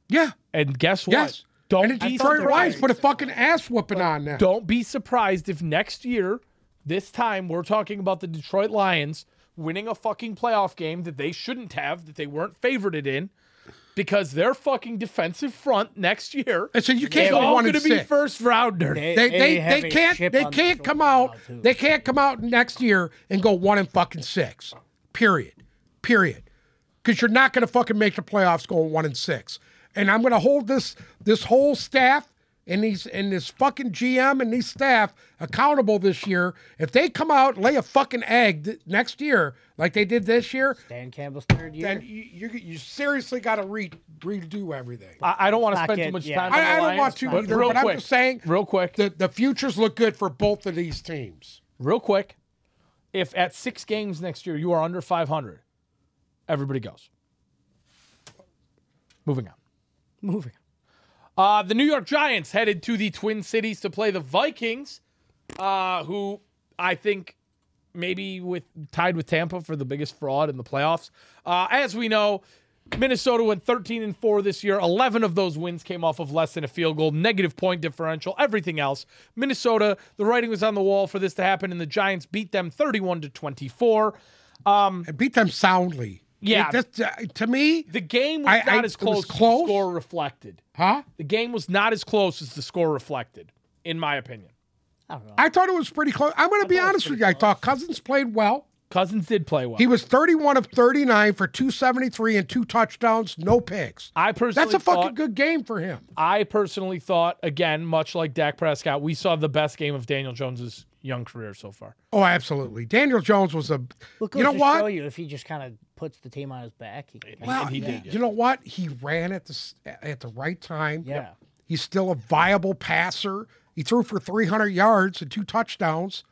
Speaker 2: Yeah.
Speaker 1: And guess what?
Speaker 2: Yes.
Speaker 1: Don't
Speaker 2: And the
Speaker 1: be
Speaker 2: Detroit Lions
Speaker 1: surprised.
Speaker 2: put a fucking ass whooping on them.
Speaker 1: Don't be surprised if next year, this time, we're talking about the Detroit Lions winning a fucking playoff game that they shouldn't have, that they weren't favorited in, because their fucking defensive front next year
Speaker 2: And so you
Speaker 1: is
Speaker 2: can't go
Speaker 1: all
Speaker 2: one
Speaker 1: going
Speaker 2: and
Speaker 1: to be
Speaker 2: six.
Speaker 1: first rounder.
Speaker 2: They they,
Speaker 3: have
Speaker 2: they
Speaker 3: a
Speaker 2: can't
Speaker 3: chip
Speaker 2: they
Speaker 3: on their
Speaker 2: can't come
Speaker 3: shoulder
Speaker 2: out
Speaker 3: now, too.
Speaker 2: they can't come out next year and go one and fucking six. Period. Period. Because you're not going to fucking make the playoffs going one and six. And I'm going to hold this this whole staff and these and this fucking GM and these staff accountable this year. If they come out lay a fucking egg th- next year like they did this year,
Speaker 3: Dan Campbell's third year.
Speaker 2: then you you, you seriously got to re, redo everything.
Speaker 1: I, I don't want to
Speaker 3: Fuck
Speaker 1: spend too
Speaker 3: it,
Speaker 1: much
Speaker 3: yeah.
Speaker 1: time. on
Speaker 2: I,
Speaker 1: the
Speaker 2: I don't
Speaker 1: Lions,
Speaker 2: want to
Speaker 1: but
Speaker 2: either,
Speaker 1: real
Speaker 2: but
Speaker 1: quick,
Speaker 2: I'm just saying
Speaker 1: real quick,
Speaker 2: the the futures look good for both of these teams.
Speaker 1: real quick. If at six games next year you are under 500, everybody goes. Moving on.
Speaker 3: Moving.
Speaker 1: Uh, the New York Giants headed to the Twin Cities to play the Vikings, uh, who I think maybe with tied with Tampa for the biggest fraud in the playoffs. Uh, as we know, Minnesota went 13 and 4 this year. 11 of those wins came off of less than a field goal, negative point differential, everything else. Minnesota, the writing was on the wall for this to happen, and the Giants beat them 31 to 24.
Speaker 2: and beat them soundly.
Speaker 1: Yeah.
Speaker 2: It- that's, uh, to me,
Speaker 1: The game was
Speaker 2: I- I-
Speaker 1: not as
Speaker 2: it was
Speaker 1: close, as
Speaker 2: close.
Speaker 1: the score reflected.
Speaker 2: huh?
Speaker 1: The game was not as close as the score reflected, in my opinion.
Speaker 3: I don't know.
Speaker 2: I thought it was pretty close. I'm going to be honest with you. I thought Cousins played well.
Speaker 1: Cousins did play well.
Speaker 2: He was 31 of 39 for 273 and two touchdowns, no picks.
Speaker 1: I personally
Speaker 2: That's a fucking
Speaker 1: thought,
Speaker 2: good game for him.
Speaker 1: I personally thought again, much like Dak Prescott, we saw the best game of Daniel Jones's young career so far.
Speaker 2: Oh, absolutely. Daniel Jones was a.
Speaker 3: Well, it
Speaker 2: you know
Speaker 3: goes to
Speaker 2: what?
Speaker 3: Show you if he just kind of puts the team on his back. He,
Speaker 2: Well,
Speaker 1: And he did, yeah.
Speaker 2: You know what? He ran at the s- at the right time.
Speaker 3: Yeah.
Speaker 2: He's still a viable passer. He threw for 300 yards and two touchdowns.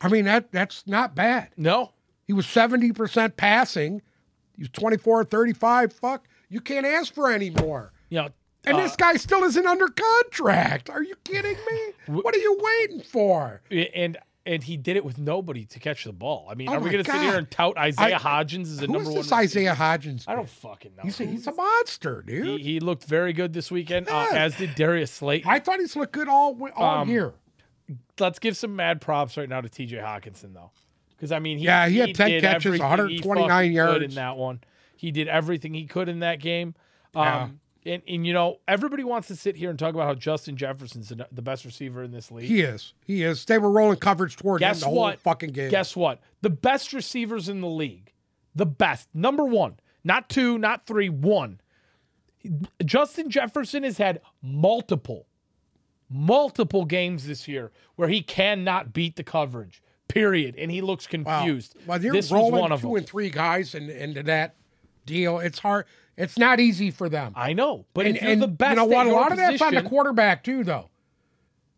Speaker 2: I mean that that's not bad.
Speaker 1: No,
Speaker 2: He was 70% passing. He was 24, 35. Fuck, you can't ask for any more.
Speaker 1: you know,
Speaker 2: And
Speaker 1: uh,
Speaker 2: this guy still isn't under contract. Are you kidding
Speaker 1: <laughs>
Speaker 2: me? What are you waiting for?
Speaker 1: and and he did it with nobody to catch the ball. I mean,
Speaker 2: Oh
Speaker 1: are we
Speaker 2: my
Speaker 1: going to sit here
Speaker 2: God.
Speaker 1: and tout Isaiah
Speaker 2: I-
Speaker 1: Hodgins as the number
Speaker 2: Who's
Speaker 1: one?
Speaker 2: this
Speaker 1: receiver?
Speaker 2: Isaiah Hodgins?
Speaker 1: I don't fucking know.
Speaker 2: He's a, he's a monster,
Speaker 1: he,
Speaker 2: dude.
Speaker 1: he looked very good this weekend, uh,
Speaker 2: Yeah.
Speaker 1: as did Darius Slayton.
Speaker 2: I thought he's looked good all wi- all
Speaker 1: Um,
Speaker 2: year.
Speaker 1: Let's give some mad props right now to T.J. Hawkinson though, because I mean, he,
Speaker 2: Yeah, he had 10
Speaker 1: did
Speaker 2: catches,
Speaker 1: everything he
Speaker 2: 129
Speaker 1: fucking could
Speaker 2: yards.
Speaker 1: in that one. He did everything he could in that game. Um, and, and you know, everybody wants to sit here and talk about how Justin Jefferson's the the best receiver in this league.
Speaker 2: He is. He is. They were rolling coverage toward
Speaker 1: Guess
Speaker 2: him the
Speaker 1: what?
Speaker 2: whole fucking game.
Speaker 1: Guess what? The best receivers in the league, the best, number one, not two, not three, one. Justin Jefferson has had multiple, multiple games this year where he cannot beat the coverage. Period, and he looks confused.
Speaker 2: Well, you're
Speaker 1: this was
Speaker 2: rolling
Speaker 1: one of
Speaker 2: two
Speaker 1: them.
Speaker 2: and three guys in- into that deal. It's hard. It's not easy for them.
Speaker 1: I know, but
Speaker 2: and,
Speaker 1: if you're
Speaker 2: and
Speaker 1: the best,
Speaker 2: you know what?
Speaker 1: At
Speaker 2: A
Speaker 1: your
Speaker 2: lot of that's on the
Speaker 1: position-
Speaker 2: quarterback too, though.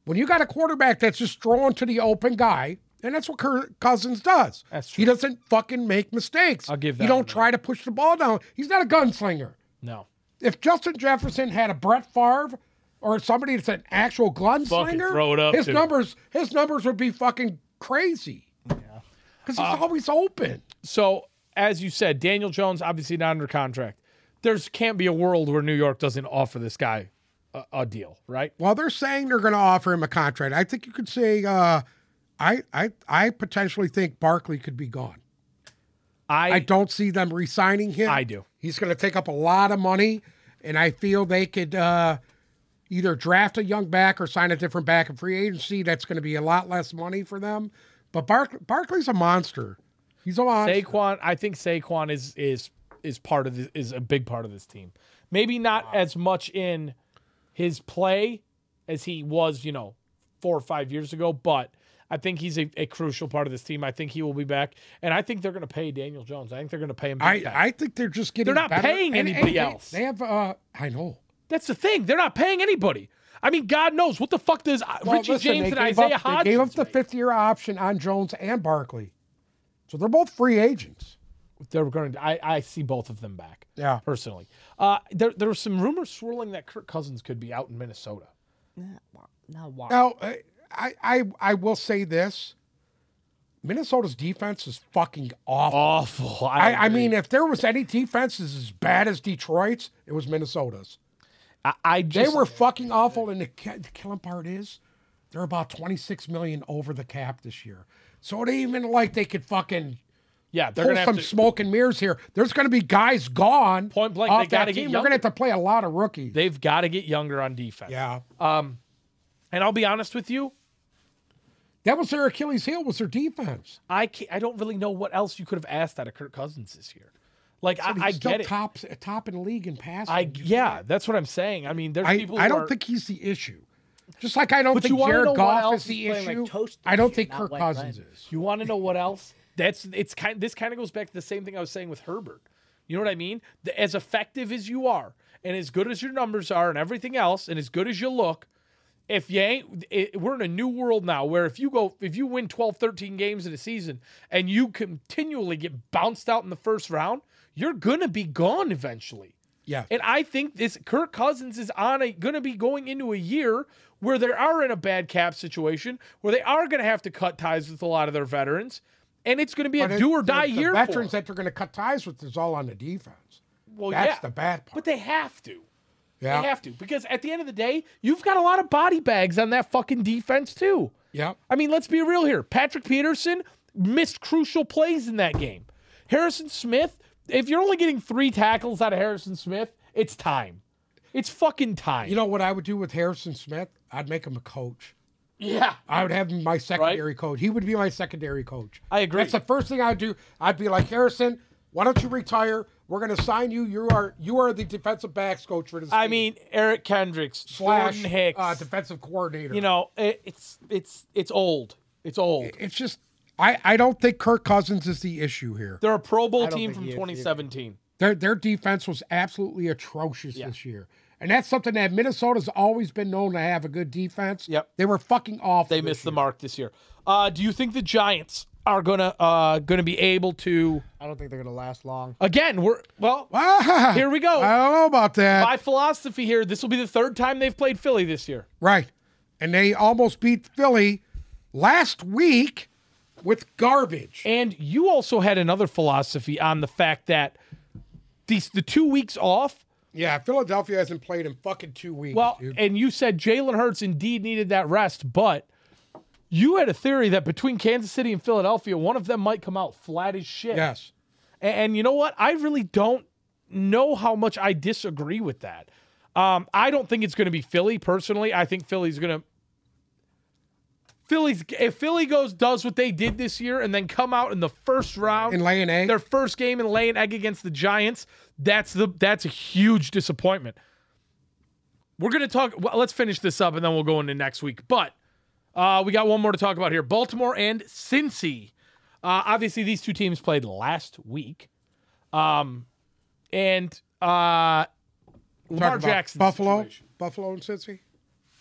Speaker 2: When you got a quarterback that's just throwing to the open guy, and that's what Cur- Cousins does.
Speaker 1: That's
Speaker 2: He doesn't fucking make mistakes.
Speaker 1: I'll give that
Speaker 2: He don't
Speaker 1: one to
Speaker 2: try to push the ball down. He's not a gunslinger.
Speaker 1: No,
Speaker 2: If Justin Jefferson had a Brett Favre or somebody that's an actual gunslinger,
Speaker 1: throw it up
Speaker 2: his
Speaker 1: to-
Speaker 2: numbers his numbers would be fucking crazy. Because
Speaker 1: Uh,
Speaker 2: he's always open.
Speaker 1: so as you said, Daniel Jones obviously not under contract. There's can't be a world where New York doesn't offer this guy a, a deal, right?
Speaker 2: Well, they're saying they're going to offer him a contract. I think you could say, uh, I, I, I potentially think Barkley could be gone. I don't see them re-signing him.
Speaker 1: I do.
Speaker 2: He's going to take up a lot of money, and I feel they could uh, either draft a young back or sign a different back in free agency. That's going to be a lot less money for them. But Bark- Barkley's a monster. He's a monster.
Speaker 1: Saquon, I think Saquon is is is part of the, is a big part of this team. Maybe not as much in his play as he was, you know, four or five years ago, but I think he's a, a crucial part of this team. I think he will be back, and I think they're going to pay Daniel Jones. I think they're going to pay him.
Speaker 2: I,
Speaker 1: Big time.
Speaker 2: I think they're just getting.
Speaker 1: They're not
Speaker 2: better.
Speaker 1: paying
Speaker 2: And- and
Speaker 1: anybody
Speaker 2: they-
Speaker 1: else.
Speaker 2: They have. Uh, I know.
Speaker 1: That's the thing; they're not paying anybody. I mean, God knows what the fuck does uh,
Speaker 2: Well,
Speaker 1: Richie
Speaker 2: listen,
Speaker 1: James
Speaker 2: they
Speaker 1: and
Speaker 2: gave
Speaker 1: Isaiah
Speaker 2: up,
Speaker 1: Hodgins
Speaker 2: They gave up the
Speaker 1: make?
Speaker 2: fifth-year option on Jones and Barkley, so they're both free agents.
Speaker 1: <laughs> they're going to. I, I see both of them back.
Speaker 2: Yeah.
Speaker 1: personally, uh, there there were some rumors swirling that Kirk Cousins could be out in Minnesota.
Speaker 3: Now why?
Speaker 2: Now, uh, I, I I will say this: Minnesota's defense is fucking awful.
Speaker 1: Awful. <laughs>
Speaker 2: I, I
Speaker 1: agree.
Speaker 2: mean, if there was any defense that's as bad as Detroit's, it was Minnesota's.
Speaker 1: I, I
Speaker 2: They
Speaker 1: just
Speaker 2: were fucking awful, and the, ki- the killing part is they're about 26 million over the cap this year. So it ain't even like they could fucking
Speaker 1: yeah. They're
Speaker 2: pull
Speaker 1: gonna have
Speaker 2: some
Speaker 1: to
Speaker 2: smoke and mirrors here. There's going to be guys gone.
Speaker 1: Point blank,
Speaker 2: off
Speaker 1: they
Speaker 2: that
Speaker 1: gotta get
Speaker 2: team. We're going to have to play a lot of rookies.
Speaker 1: they've got to get younger on defense. Um,
Speaker 2: yeah,
Speaker 1: And I'll be honest with you,
Speaker 2: that was their Achilles heel was their defense.
Speaker 1: I can't, I don't really know what else you could have asked out of Kirk Cousins this year. Like I,
Speaker 2: But
Speaker 1: I
Speaker 2: he's still
Speaker 1: get it.
Speaker 2: top top in the league in passing.
Speaker 1: I yeah, that's what I'm saying. I mean, there's
Speaker 2: I,
Speaker 1: people.
Speaker 2: I
Speaker 1: who
Speaker 2: don't
Speaker 1: are-
Speaker 2: think he's the issue. Just like I don't
Speaker 1: But you
Speaker 2: think
Speaker 1: wanna know
Speaker 2: Jared
Speaker 1: what
Speaker 2: Goff
Speaker 1: else
Speaker 2: is the
Speaker 3: is playing like
Speaker 2: issue.
Speaker 3: toast
Speaker 2: I don't
Speaker 3: this
Speaker 2: think
Speaker 3: year,
Speaker 2: Kirk
Speaker 3: not like
Speaker 2: Cousins
Speaker 3: Glenn.
Speaker 2: is.
Speaker 1: You want to know what else? That's it's kind. This kind of goes back to the same thing I was saying with Herbert. You know what I mean? The- as effective as you are, and as good as your numbers are, and everything else, and as good as you look, if you ain't, it, we're in a new world now where if you go, if you win 12, 13 games in a season, and you continually get bounced out in the first round, you're gonna be gone eventually.
Speaker 2: Yeah,
Speaker 1: And I think this Kirk Cousins is on a going to be going into a year where they are in a bad cap situation, where they are going to have to cut ties with a lot of their veterans, and it's going to be
Speaker 2: But
Speaker 1: a
Speaker 2: it-
Speaker 1: do or die
Speaker 2: the,
Speaker 1: year.
Speaker 2: The veterans
Speaker 1: for 'em.
Speaker 2: that they're going to cut ties with is all on the defense.
Speaker 1: well,
Speaker 2: That's
Speaker 1: yeah,
Speaker 2: the bad part.
Speaker 1: but they have to.
Speaker 2: yeah,
Speaker 1: They have to because at the end of the day, you've got a lot of body bags on that fucking defense too.
Speaker 2: yeah.
Speaker 1: I mean, let's be real here. Patrick Peterson missed crucial plays in that game. Harrison Smith, if you're only getting three tackles out of Harrison Smith, it's time. It's fucking time.
Speaker 2: You know what I would do with Harrison Smith? I'd make him a coach.
Speaker 1: yeah.
Speaker 2: I would have him my secondary coach. He would be my secondary coach.
Speaker 1: I agree.
Speaker 2: That's the first thing I'd do. I'd be like Harrison. Why don't you retire? We're going to sign you. You are you are the defensive backs coach for this.
Speaker 1: I
Speaker 2: team.
Speaker 1: mean, Eric Kendricks,
Speaker 2: slash
Speaker 1: Jordan Hicks.
Speaker 2: uh, defensive coordinator.
Speaker 1: you know, it, it's it's it's old. It's old.
Speaker 2: it's just I, I don't think Kirk Cousins is the issue here.
Speaker 1: They're a Pro Bowl
Speaker 3: I don't
Speaker 1: team
Speaker 3: think
Speaker 1: from
Speaker 3: he is either.
Speaker 1: 2017.
Speaker 2: Their their defense was absolutely atrocious this year. And that's something that Minnesota's always been known to have a good defense.
Speaker 1: Yep.
Speaker 2: They were fucking off.
Speaker 1: They missed the mark this year. Uh, do you think the Giants are gonna uh, gonna be able to
Speaker 3: I don't think they're gonna last long.
Speaker 1: again? We're well.
Speaker 2: <laughs> Ah,
Speaker 1: Here we go.
Speaker 2: I don't know about that.
Speaker 1: My philosophy here: this will be the third time they've played Philly this year.
Speaker 2: Right. And they almost beat Philly last week with garbage.
Speaker 1: And you also had another philosophy on the fact that these the two weeks off
Speaker 2: Yeah, Philadelphia hasn't played in fucking two weeks.
Speaker 1: Well,
Speaker 2: dude.
Speaker 1: and you said Jalen Hurts indeed needed that rest, but you had a theory that between Kansas City and Philadelphia, one of them might come out flat as shit.
Speaker 2: yes.
Speaker 1: A- And, you know what? I really don't know how much I disagree with that. Um, I don't think it's going to be Philly personally. I think Philly's going to. Philly's if Philly goes does what they did this year and then come out in the first round
Speaker 2: In lane A.
Speaker 1: their first game and lay an egg against the Giants. That's the that's a huge disappointment. We're gonna talk. Well, let's finish this up and then we'll go into next week. But uh, we got one more to talk about here: Baltimore and Cincy. Uh, obviously, these two teams played last week, um, and uh, Lamar
Speaker 2: Talking about
Speaker 1: Jackson
Speaker 2: Buffalo. Buffalo and Cincy.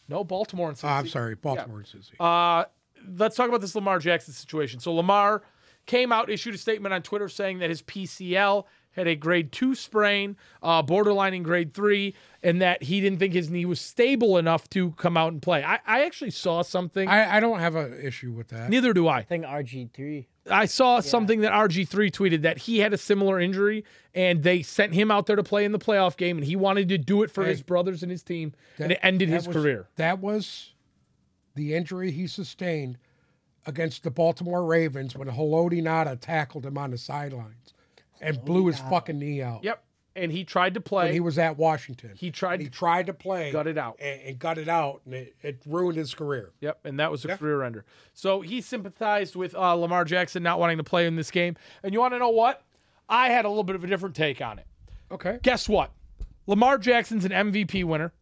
Speaker 1: No, Baltimore and Cincy.
Speaker 2: Oh, I'm sorry, Baltimore and Cincy.
Speaker 1: Uh, let's talk about this Lamar Jackson situation. So Lamar came out, issued a statement on Twitter saying that his PCL had a grade two sprain, uh, borderline in grade three, and that he didn't think his knee was stable enough to come out and play. I, I actually saw something.
Speaker 2: I, I don't have an issue with that.
Speaker 1: Neither do I.
Speaker 3: I think RG three.
Speaker 1: I saw something that RG3 tweeted that he had a similar injury and they sent him out there to play in the playoff game and he wanted to do it for his brothers and his team and it ended
Speaker 2: That
Speaker 1: his
Speaker 2: was-
Speaker 1: career.
Speaker 2: That was the injury he sustained against the Baltimore Ravens when Haloti Nada tackled him on the sidelines and blew his fucking knee out.
Speaker 1: Yep. And he tried to play.
Speaker 2: When he was at Washington.
Speaker 1: he tried
Speaker 2: And he
Speaker 1: to
Speaker 2: tried to play,
Speaker 1: gut it out.
Speaker 2: and, and got it out, and it, it ruined his career.
Speaker 1: Yep, and that was a career ender. So he sympathized with uh, Lamar Jackson not wanting to play in this game. And you want to know what? I had a little bit of a different take on it.
Speaker 2: Okay.
Speaker 1: Guess what? Lamar Jackson's an MVP winner.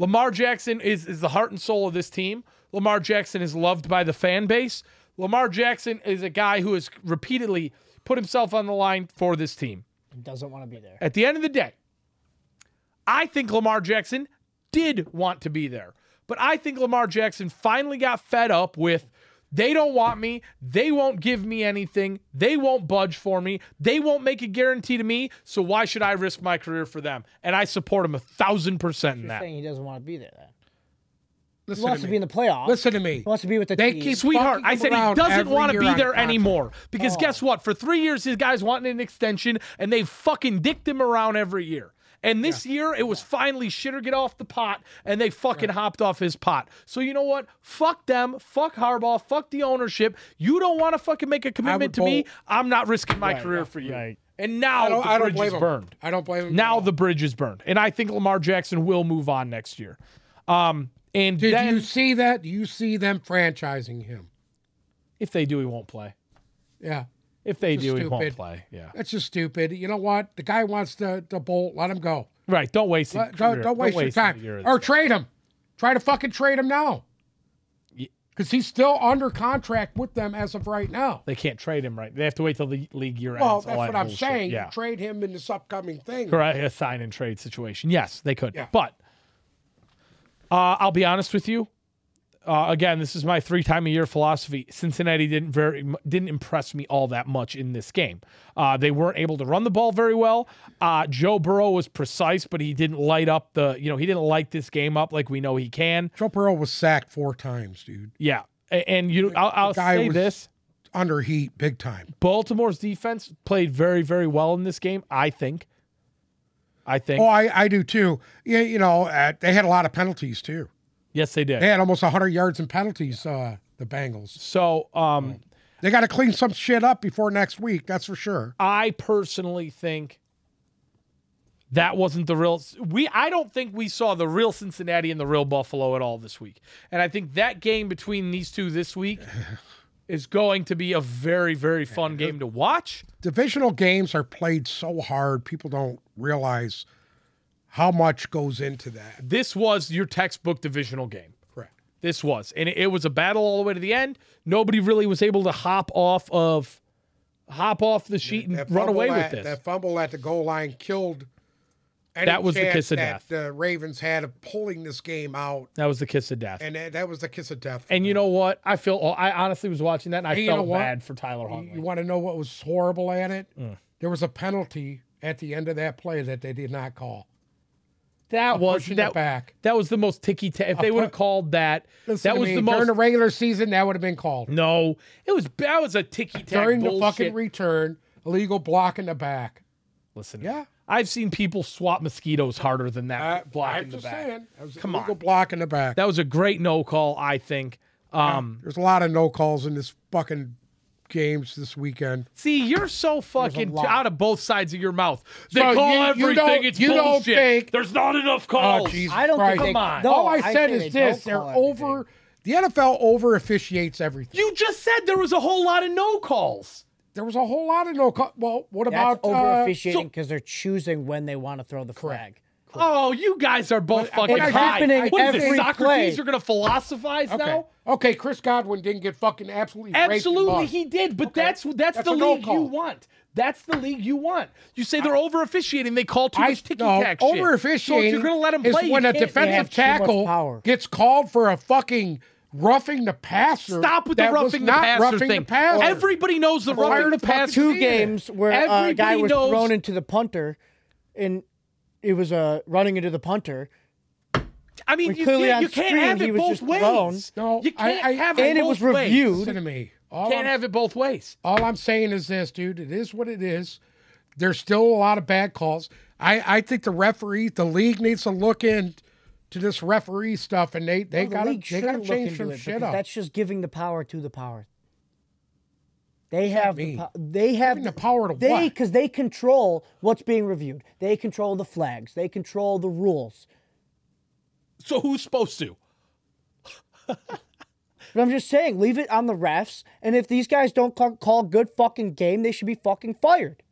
Speaker 1: Lamar Jackson is is the heart and soul of this team. Lamar Jackson is loved by the fan base. Lamar Jackson is a guy who has repeatedly put himself on the line for this team.
Speaker 3: Doesn't want to be there.
Speaker 1: At the end of the day, I think Lamar Jackson did want to be there. But I think Lamar Jackson finally got fed up with they don't want me. They won't give me anything. They won't budge for me. They won't make a guarantee to me. So why should I risk my career for them? And I support him a thousand percent in
Speaker 3: You're
Speaker 1: that.
Speaker 3: saying he doesn't want to be there. Then
Speaker 2: Listen
Speaker 3: He wants
Speaker 2: to
Speaker 3: to
Speaker 2: me.
Speaker 3: be in the playoffs.
Speaker 2: Listen to me.
Speaker 3: He wants to be with the
Speaker 2: They
Speaker 3: team.
Speaker 2: keep-
Speaker 1: Sweetheart,
Speaker 2: fucking
Speaker 1: I said he
Speaker 2: around
Speaker 1: doesn't
Speaker 2: every
Speaker 1: want to
Speaker 2: year
Speaker 1: be
Speaker 2: on Oh.
Speaker 1: there
Speaker 2: contract.
Speaker 1: anymore because guess what? For three years, his guys wanting an extension, and they fucking dicked him around every year. And this year, it was finally shit or get off the pot, and they fucking hopped off his pot. So you know what? Fuck them. Fuck Harbaugh. Fuck the ownership. You don't want to fucking make a commitment to me.
Speaker 2: vote-
Speaker 1: I'm not risking my
Speaker 3: Right,
Speaker 1: career
Speaker 3: right,
Speaker 1: for you.
Speaker 3: right.
Speaker 1: And
Speaker 2: I
Speaker 1: now
Speaker 2: don't,
Speaker 1: the
Speaker 2: I don't
Speaker 1: bridge
Speaker 2: blame
Speaker 1: is
Speaker 2: him.
Speaker 1: burned.
Speaker 2: I don't blame him.
Speaker 1: Now the bridge is burned, and I think Lamar Jackson will move on next year. Um, and
Speaker 2: did
Speaker 1: then
Speaker 2: you see that? Do you see them franchising him?
Speaker 1: if they do, he won't play.
Speaker 2: Yeah,
Speaker 1: If they do, he won't
Speaker 2: stupid.
Speaker 1: play. Yeah.
Speaker 2: that's just stupid. You know what? The guy wants to, to bolt. Let him go.
Speaker 1: Right. Don't waste it.
Speaker 2: Let- don't, don't waste your time. Or trade him. Try to fucking trade him now.
Speaker 1: Ye-
Speaker 2: Because he's still under contract with them as of right now.
Speaker 1: they can't trade him, right? They have to wait till the league year
Speaker 2: Well,
Speaker 1: ends.
Speaker 2: that's
Speaker 1: all
Speaker 2: what
Speaker 1: that
Speaker 2: I'm
Speaker 1: bullshit.
Speaker 2: saying.
Speaker 1: Yeah.
Speaker 2: Trade him in this upcoming thing.
Speaker 1: Correct. A sign and trade situation. Yes, they could.
Speaker 2: Yeah.
Speaker 1: But uh, I'll be honest with you. Uh, again, this is my three time a year philosophy. Cincinnati didn't very mu- didn't impress me all that much in this game. Uh, they weren't able to run the ball very well. Uh, Joe Burrow was precise, but he didn't light up the you know he didn't light this game up like we know he can.
Speaker 2: Joe Burrow was sacked four times, dude.
Speaker 1: Yeah, A- and you I'll, I'll
Speaker 2: guy
Speaker 1: say
Speaker 2: was-
Speaker 1: this.
Speaker 2: Under heat, big time.
Speaker 1: Baltimore's defense played very, very well in this game. I think. I think.
Speaker 2: Oh, I, I do too. Yeah, you know, uh, they had a lot of penalties too.
Speaker 1: yes, they did.
Speaker 2: They had almost 100 yards in penalties, uh, the Bengals.
Speaker 1: so, um,
Speaker 2: They got to clean some shit up before next week, that's for sure.
Speaker 1: I personally think that wasn't the real. We I don't think we saw the real Cincinnati and the real Buffalo at all this week. And I think that game between these two this
Speaker 2: <laughs>
Speaker 1: week is going to be a very, very fun game to watch.
Speaker 2: divisional games are played so hard people don't realize how much goes into that
Speaker 1: This was your textbook divisional game.
Speaker 2: correct
Speaker 1: This was. And it, it was a battle all the way to the end. Nobody really was able to hop off of hop off the sheet and run away with this.
Speaker 2: that fumble at the goal line killed any
Speaker 1: That was the
Speaker 2: chance
Speaker 1: kiss of death.
Speaker 2: that the ravens had of pulling this game out
Speaker 1: that was the kiss of death. And,
Speaker 2: and that, that was the kiss of death
Speaker 1: you know what? I feel oh, I honestly was watching that and I
Speaker 2: And you know
Speaker 1: felt
Speaker 2: what?
Speaker 1: bad for Tyler
Speaker 2: you,
Speaker 1: Huntley.
Speaker 2: want to know what was horrible at it there was a penalty at the end of that play that they did not call
Speaker 1: That was
Speaker 2: pushing
Speaker 1: that,
Speaker 2: it back
Speaker 1: that was the most ticky tack. If they would have called that,
Speaker 2: Listen
Speaker 1: that
Speaker 2: to
Speaker 1: was
Speaker 2: me,
Speaker 1: the
Speaker 2: during
Speaker 1: most
Speaker 2: the regular season that would have been called
Speaker 1: No. It was that was a ticky tack
Speaker 2: during
Speaker 1: bullshit.
Speaker 2: the fucking return illegal block in the back
Speaker 1: Listen.
Speaker 2: Yeah.
Speaker 1: I've seen people swap mosquitoes harder than that block
Speaker 2: I'm
Speaker 1: in the
Speaker 2: just
Speaker 1: back.
Speaker 2: saying. That was an
Speaker 1: Come
Speaker 2: illegal
Speaker 1: on.
Speaker 2: block in the back.
Speaker 1: That was a great no call, I think. Um
Speaker 2: There's a lot of no calls in this fucking games this weekend.
Speaker 1: See, you're so fucking
Speaker 3: lot.
Speaker 1: out of both sides of your mouth. They
Speaker 2: So
Speaker 1: call
Speaker 2: you- you
Speaker 1: everything.
Speaker 2: don't-
Speaker 1: it's
Speaker 2: you don't
Speaker 1: bullshit.
Speaker 2: think- Oh,
Speaker 1: There's not enough calls.
Speaker 2: Ah, Jesus.
Speaker 3: I don't
Speaker 2: Christ.
Speaker 3: think they,
Speaker 1: Come on.
Speaker 3: No,
Speaker 2: All I, said
Speaker 3: think
Speaker 2: is
Speaker 3: they don't
Speaker 2: this: they're
Speaker 3: call everything.
Speaker 2: over. The NFL over officiates everything.
Speaker 1: You just said there was a whole lot of no calls.
Speaker 2: There was a whole lot of no call. Well, what
Speaker 3: That's
Speaker 2: about
Speaker 3: over
Speaker 2: uh,
Speaker 3: officiating because they're choosing when they want to throw the flag.
Speaker 1: Oh, you guys are both fucking high.
Speaker 2: it's
Speaker 3: happening
Speaker 1: What is this,
Speaker 3: every
Speaker 1: Socrates?
Speaker 3: play.
Speaker 1: You're gonna philosophize
Speaker 2: okay,
Speaker 1: now?
Speaker 2: okay? Chris Godwin didn't get fucking absolutely raped and
Speaker 1: Absolutely,
Speaker 2: mugged.
Speaker 1: he did. But that's that's,
Speaker 2: That's
Speaker 1: the
Speaker 2: a no
Speaker 1: league you
Speaker 2: call.
Speaker 1: want. That's the league you want. You say they're over officiating. They call too
Speaker 2: I
Speaker 1: much ticky tack
Speaker 2: no,
Speaker 1: shit. So
Speaker 2: over
Speaker 1: if
Speaker 2: officiating.
Speaker 1: you're gonna let them
Speaker 2: is
Speaker 1: play, you
Speaker 2: when a
Speaker 1: can't-
Speaker 3: They
Speaker 2: defensive
Speaker 3: have too much
Speaker 2: tackle
Speaker 3: power.
Speaker 2: gets called for a fucking roughing the passer.
Speaker 1: Stop with the
Speaker 2: that was
Speaker 1: roughing the
Speaker 2: not
Speaker 1: passer
Speaker 2: roughing the
Speaker 1: thing.
Speaker 2: passer.
Speaker 1: Everybody knows the
Speaker 2: Prior
Speaker 1: roughing
Speaker 2: to
Speaker 1: the passer.
Speaker 2: fucking
Speaker 3: two
Speaker 2: Yeah.
Speaker 3: games where uh, a guy
Speaker 1: Everybody
Speaker 3: was
Speaker 1: knows-
Speaker 3: thrown into the punter, and it was uh, running into the punter,
Speaker 1: I mean,
Speaker 3: When
Speaker 1: you
Speaker 3: clearly
Speaker 1: can't,
Speaker 3: on
Speaker 1: you can't
Speaker 3: screen,
Speaker 1: have
Speaker 3: he
Speaker 1: it
Speaker 3: was
Speaker 1: both
Speaker 3: just thrown.
Speaker 1: ways.
Speaker 2: No,
Speaker 1: you can't
Speaker 2: I- I-
Speaker 1: have it
Speaker 3: and it
Speaker 1: both
Speaker 3: was
Speaker 1: ways.
Speaker 3: reviewed.
Speaker 2: Listen to me. All
Speaker 1: Can't
Speaker 2: I'm,
Speaker 1: have it both ways.
Speaker 2: all I'm saying is this, dude. It is what it is. There's still a lot of bad calls. I, I think the referee, the league needs to look into this referee stuff, and they they
Speaker 3: Well, the
Speaker 2: got to
Speaker 3: league
Speaker 2: they got to
Speaker 3: shouldn't look
Speaker 2: change
Speaker 3: into
Speaker 2: some
Speaker 3: it
Speaker 2: shit
Speaker 3: because
Speaker 2: up.
Speaker 3: That's just giving the power to the power. They have the
Speaker 2: mean?
Speaker 3: po- they have
Speaker 2: Giving the power to
Speaker 3: they
Speaker 2: what?
Speaker 3: because they control what's being reviewed. They control the flags. They control the rules.
Speaker 1: So who's supposed to?
Speaker 3: But I'm just saying, leave it on the refs. And if these guys don't call, call good fucking game, they should be fucking fired.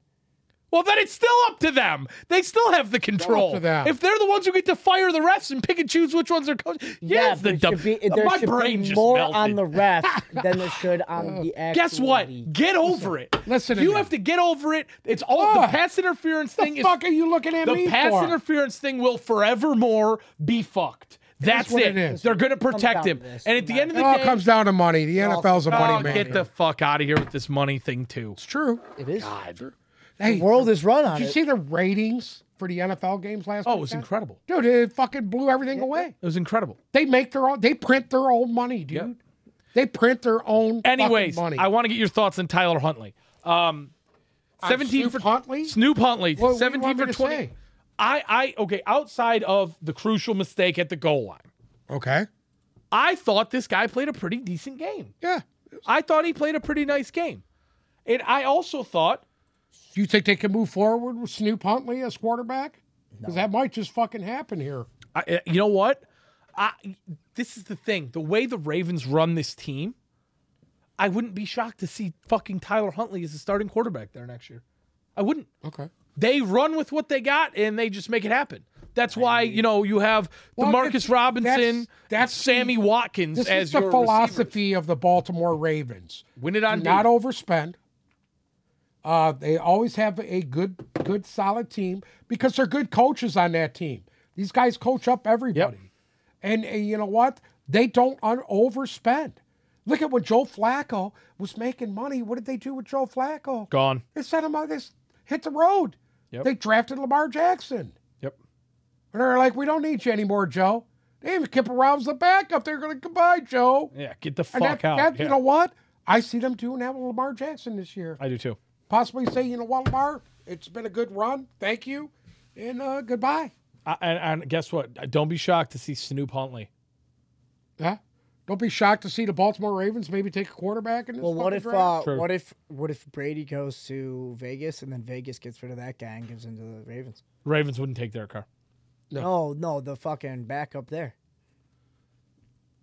Speaker 1: Well, then it's still up to them. They still have the control.
Speaker 2: to them.
Speaker 1: If they're the ones who get to fire the refs and pick and choose which ones are coach, yes,
Speaker 3: but
Speaker 1: the
Speaker 3: it
Speaker 1: dumb.
Speaker 3: should be, there
Speaker 1: my
Speaker 3: should
Speaker 1: brain
Speaker 3: be
Speaker 1: just
Speaker 3: more
Speaker 1: melted.
Speaker 3: on the ref
Speaker 1: <laughs>
Speaker 3: than there should on the actual
Speaker 1: Guess what?
Speaker 3: league.
Speaker 1: Get over it.
Speaker 2: listen to
Speaker 1: you
Speaker 2: me.
Speaker 1: have to get over it. It's all the
Speaker 2: What?
Speaker 1: pass interference
Speaker 2: the
Speaker 1: thing. is
Speaker 2: fuck are you looking at me
Speaker 1: the pass
Speaker 2: for?
Speaker 1: interference thing will forevermore be fucked. That's
Speaker 2: what
Speaker 1: it.
Speaker 2: it is.
Speaker 1: They're going to
Speaker 3: down
Speaker 1: protect
Speaker 3: to
Speaker 1: him.
Speaker 3: this.
Speaker 1: And at the end of
Speaker 2: it
Speaker 1: the
Speaker 2: all
Speaker 1: day,
Speaker 2: comes down to money. The NFL's a money
Speaker 1: Oh,
Speaker 2: man.
Speaker 1: get the fuck out of here with this money thing too.
Speaker 2: it's true.
Speaker 3: It is.
Speaker 1: God.
Speaker 2: Hey,
Speaker 3: The world is run on
Speaker 2: did you
Speaker 3: it.
Speaker 2: see the ratings? for the NFL games last
Speaker 1: Oh, it was
Speaker 2: weekend?
Speaker 1: incredible.
Speaker 2: Dude, it fucking blew everything away.
Speaker 1: It was incredible.
Speaker 2: They make their own. They print their own money, dude. They print their own. fucking
Speaker 1: Anyways,
Speaker 2: money.
Speaker 1: I want to get your thoughts on Tyler Huntley. Um, seventeen
Speaker 2: Snoop
Speaker 1: for
Speaker 2: Huntley?
Speaker 1: Snoop Huntley,
Speaker 2: What- what do you
Speaker 1: seventeen
Speaker 2: want me
Speaker 1: for
Speaker 2: to
Speaker 1: twenty.
Speaker 2: say?
Speaker 1: I, I, okay. Outside of the crucial mistake at the goal line,
Speaker 2: okay.
Speaker 1: I thought this guy played a pretty decent game.
Speaker 2: Yeah.
Speaker 1: I thought he played a pretty nice game, and I also thought
Speaker 2: Do you think they can move forward with Snoop Huntley as quarterback? Because that might just fucking happen here.
Speaker 1: I, I- you know what? I, this is the thing. The way the Ravens run this team, I wouldn't be shocked to see fucking Tyler Huntley as the starting quarterback there next year. I wouldn't.
Speaker 2: Okay.
Speaker 1: They run with what they got and they just make it happen. That's why you know you have the
Speaker 2: Well,
Speaker 1: Marcus
Speaker 2: it's-
Speaker 1: Robinson,
Speaker 2: that's- that's
Speaker 1: Sammy Watkins
Speaker 2: This
Speaker 1: as
Speaker 2: is the
Speaker 1: your
Speaker 2: philosophy
Speaker 1: receivers.
Speaker 2: of the Baltimore Ravens.
Speaker 1: Win it on
Speaker 2: Do not
Speaker 1: D.
Speaker 2: overspend. Uh, they always have a good, good, solid team because they're good coaches on that team. These guys coach up everybody, and, and you know what? They don't un- overspend. Look at what Joe Flacco was making money. What did they do with Joe Flacco?
Speaker 1: gone.
Speaker 2: They sent him out. They s- hit the road.
Speaker 1: Yep.
Speaker 2: They drafted Lamar Jackson.
Speaker 1: Yep.
Speaker 2: And they're like, we don't need you anymore, Joe. They even kept around the backup. They're going to goodbye, Joe.
Speaker 1: Yeah, get the fuck
Speaker 2: And that,
Speaker 1: out.
Speaker 2: that-
Speaker 1: Yeah.
Speaker 2: You know what? I see them doing that with Lamar Jackson this year.
Speaker 1: I do too.
Speaker 2: Possibly say, you know what, Lamar, it's been a good run. Thank you. And uh, goodbye.
Speaker 1: I, and, and guess what? Don't be shocked to see Snoop Huntley.
Speaker 2: Yeah. Don't be shocked to see the Baltimore Ravens maybe take a quarterback in this
Speaker 3: Well, what
Speaker 2: fucking
Speaker 3: if
Speaker 2: draft.
Speaker 3: uh,
Speaker 1: True.
Speaker 3: what if what if Brady goes to Vegas and then Vegas gets rid of that guy and gives him to the Ravens?
Speaker 1: Ravens wouldn't take their car.
Speaker 3: No, no, the fucking backup there.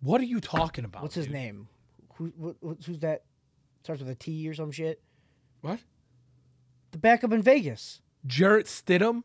Speaker 1: What are you talking about?
Speaker 3: What's his
Speaker 1: Oh, dude?
Speaker 3: name? Who, wh- wh- who's that? Starts with a T or some shit.
Speaker 2: what?
Speaker 3: The backup in Vegas.
Speaker 1: Jarrett Stidham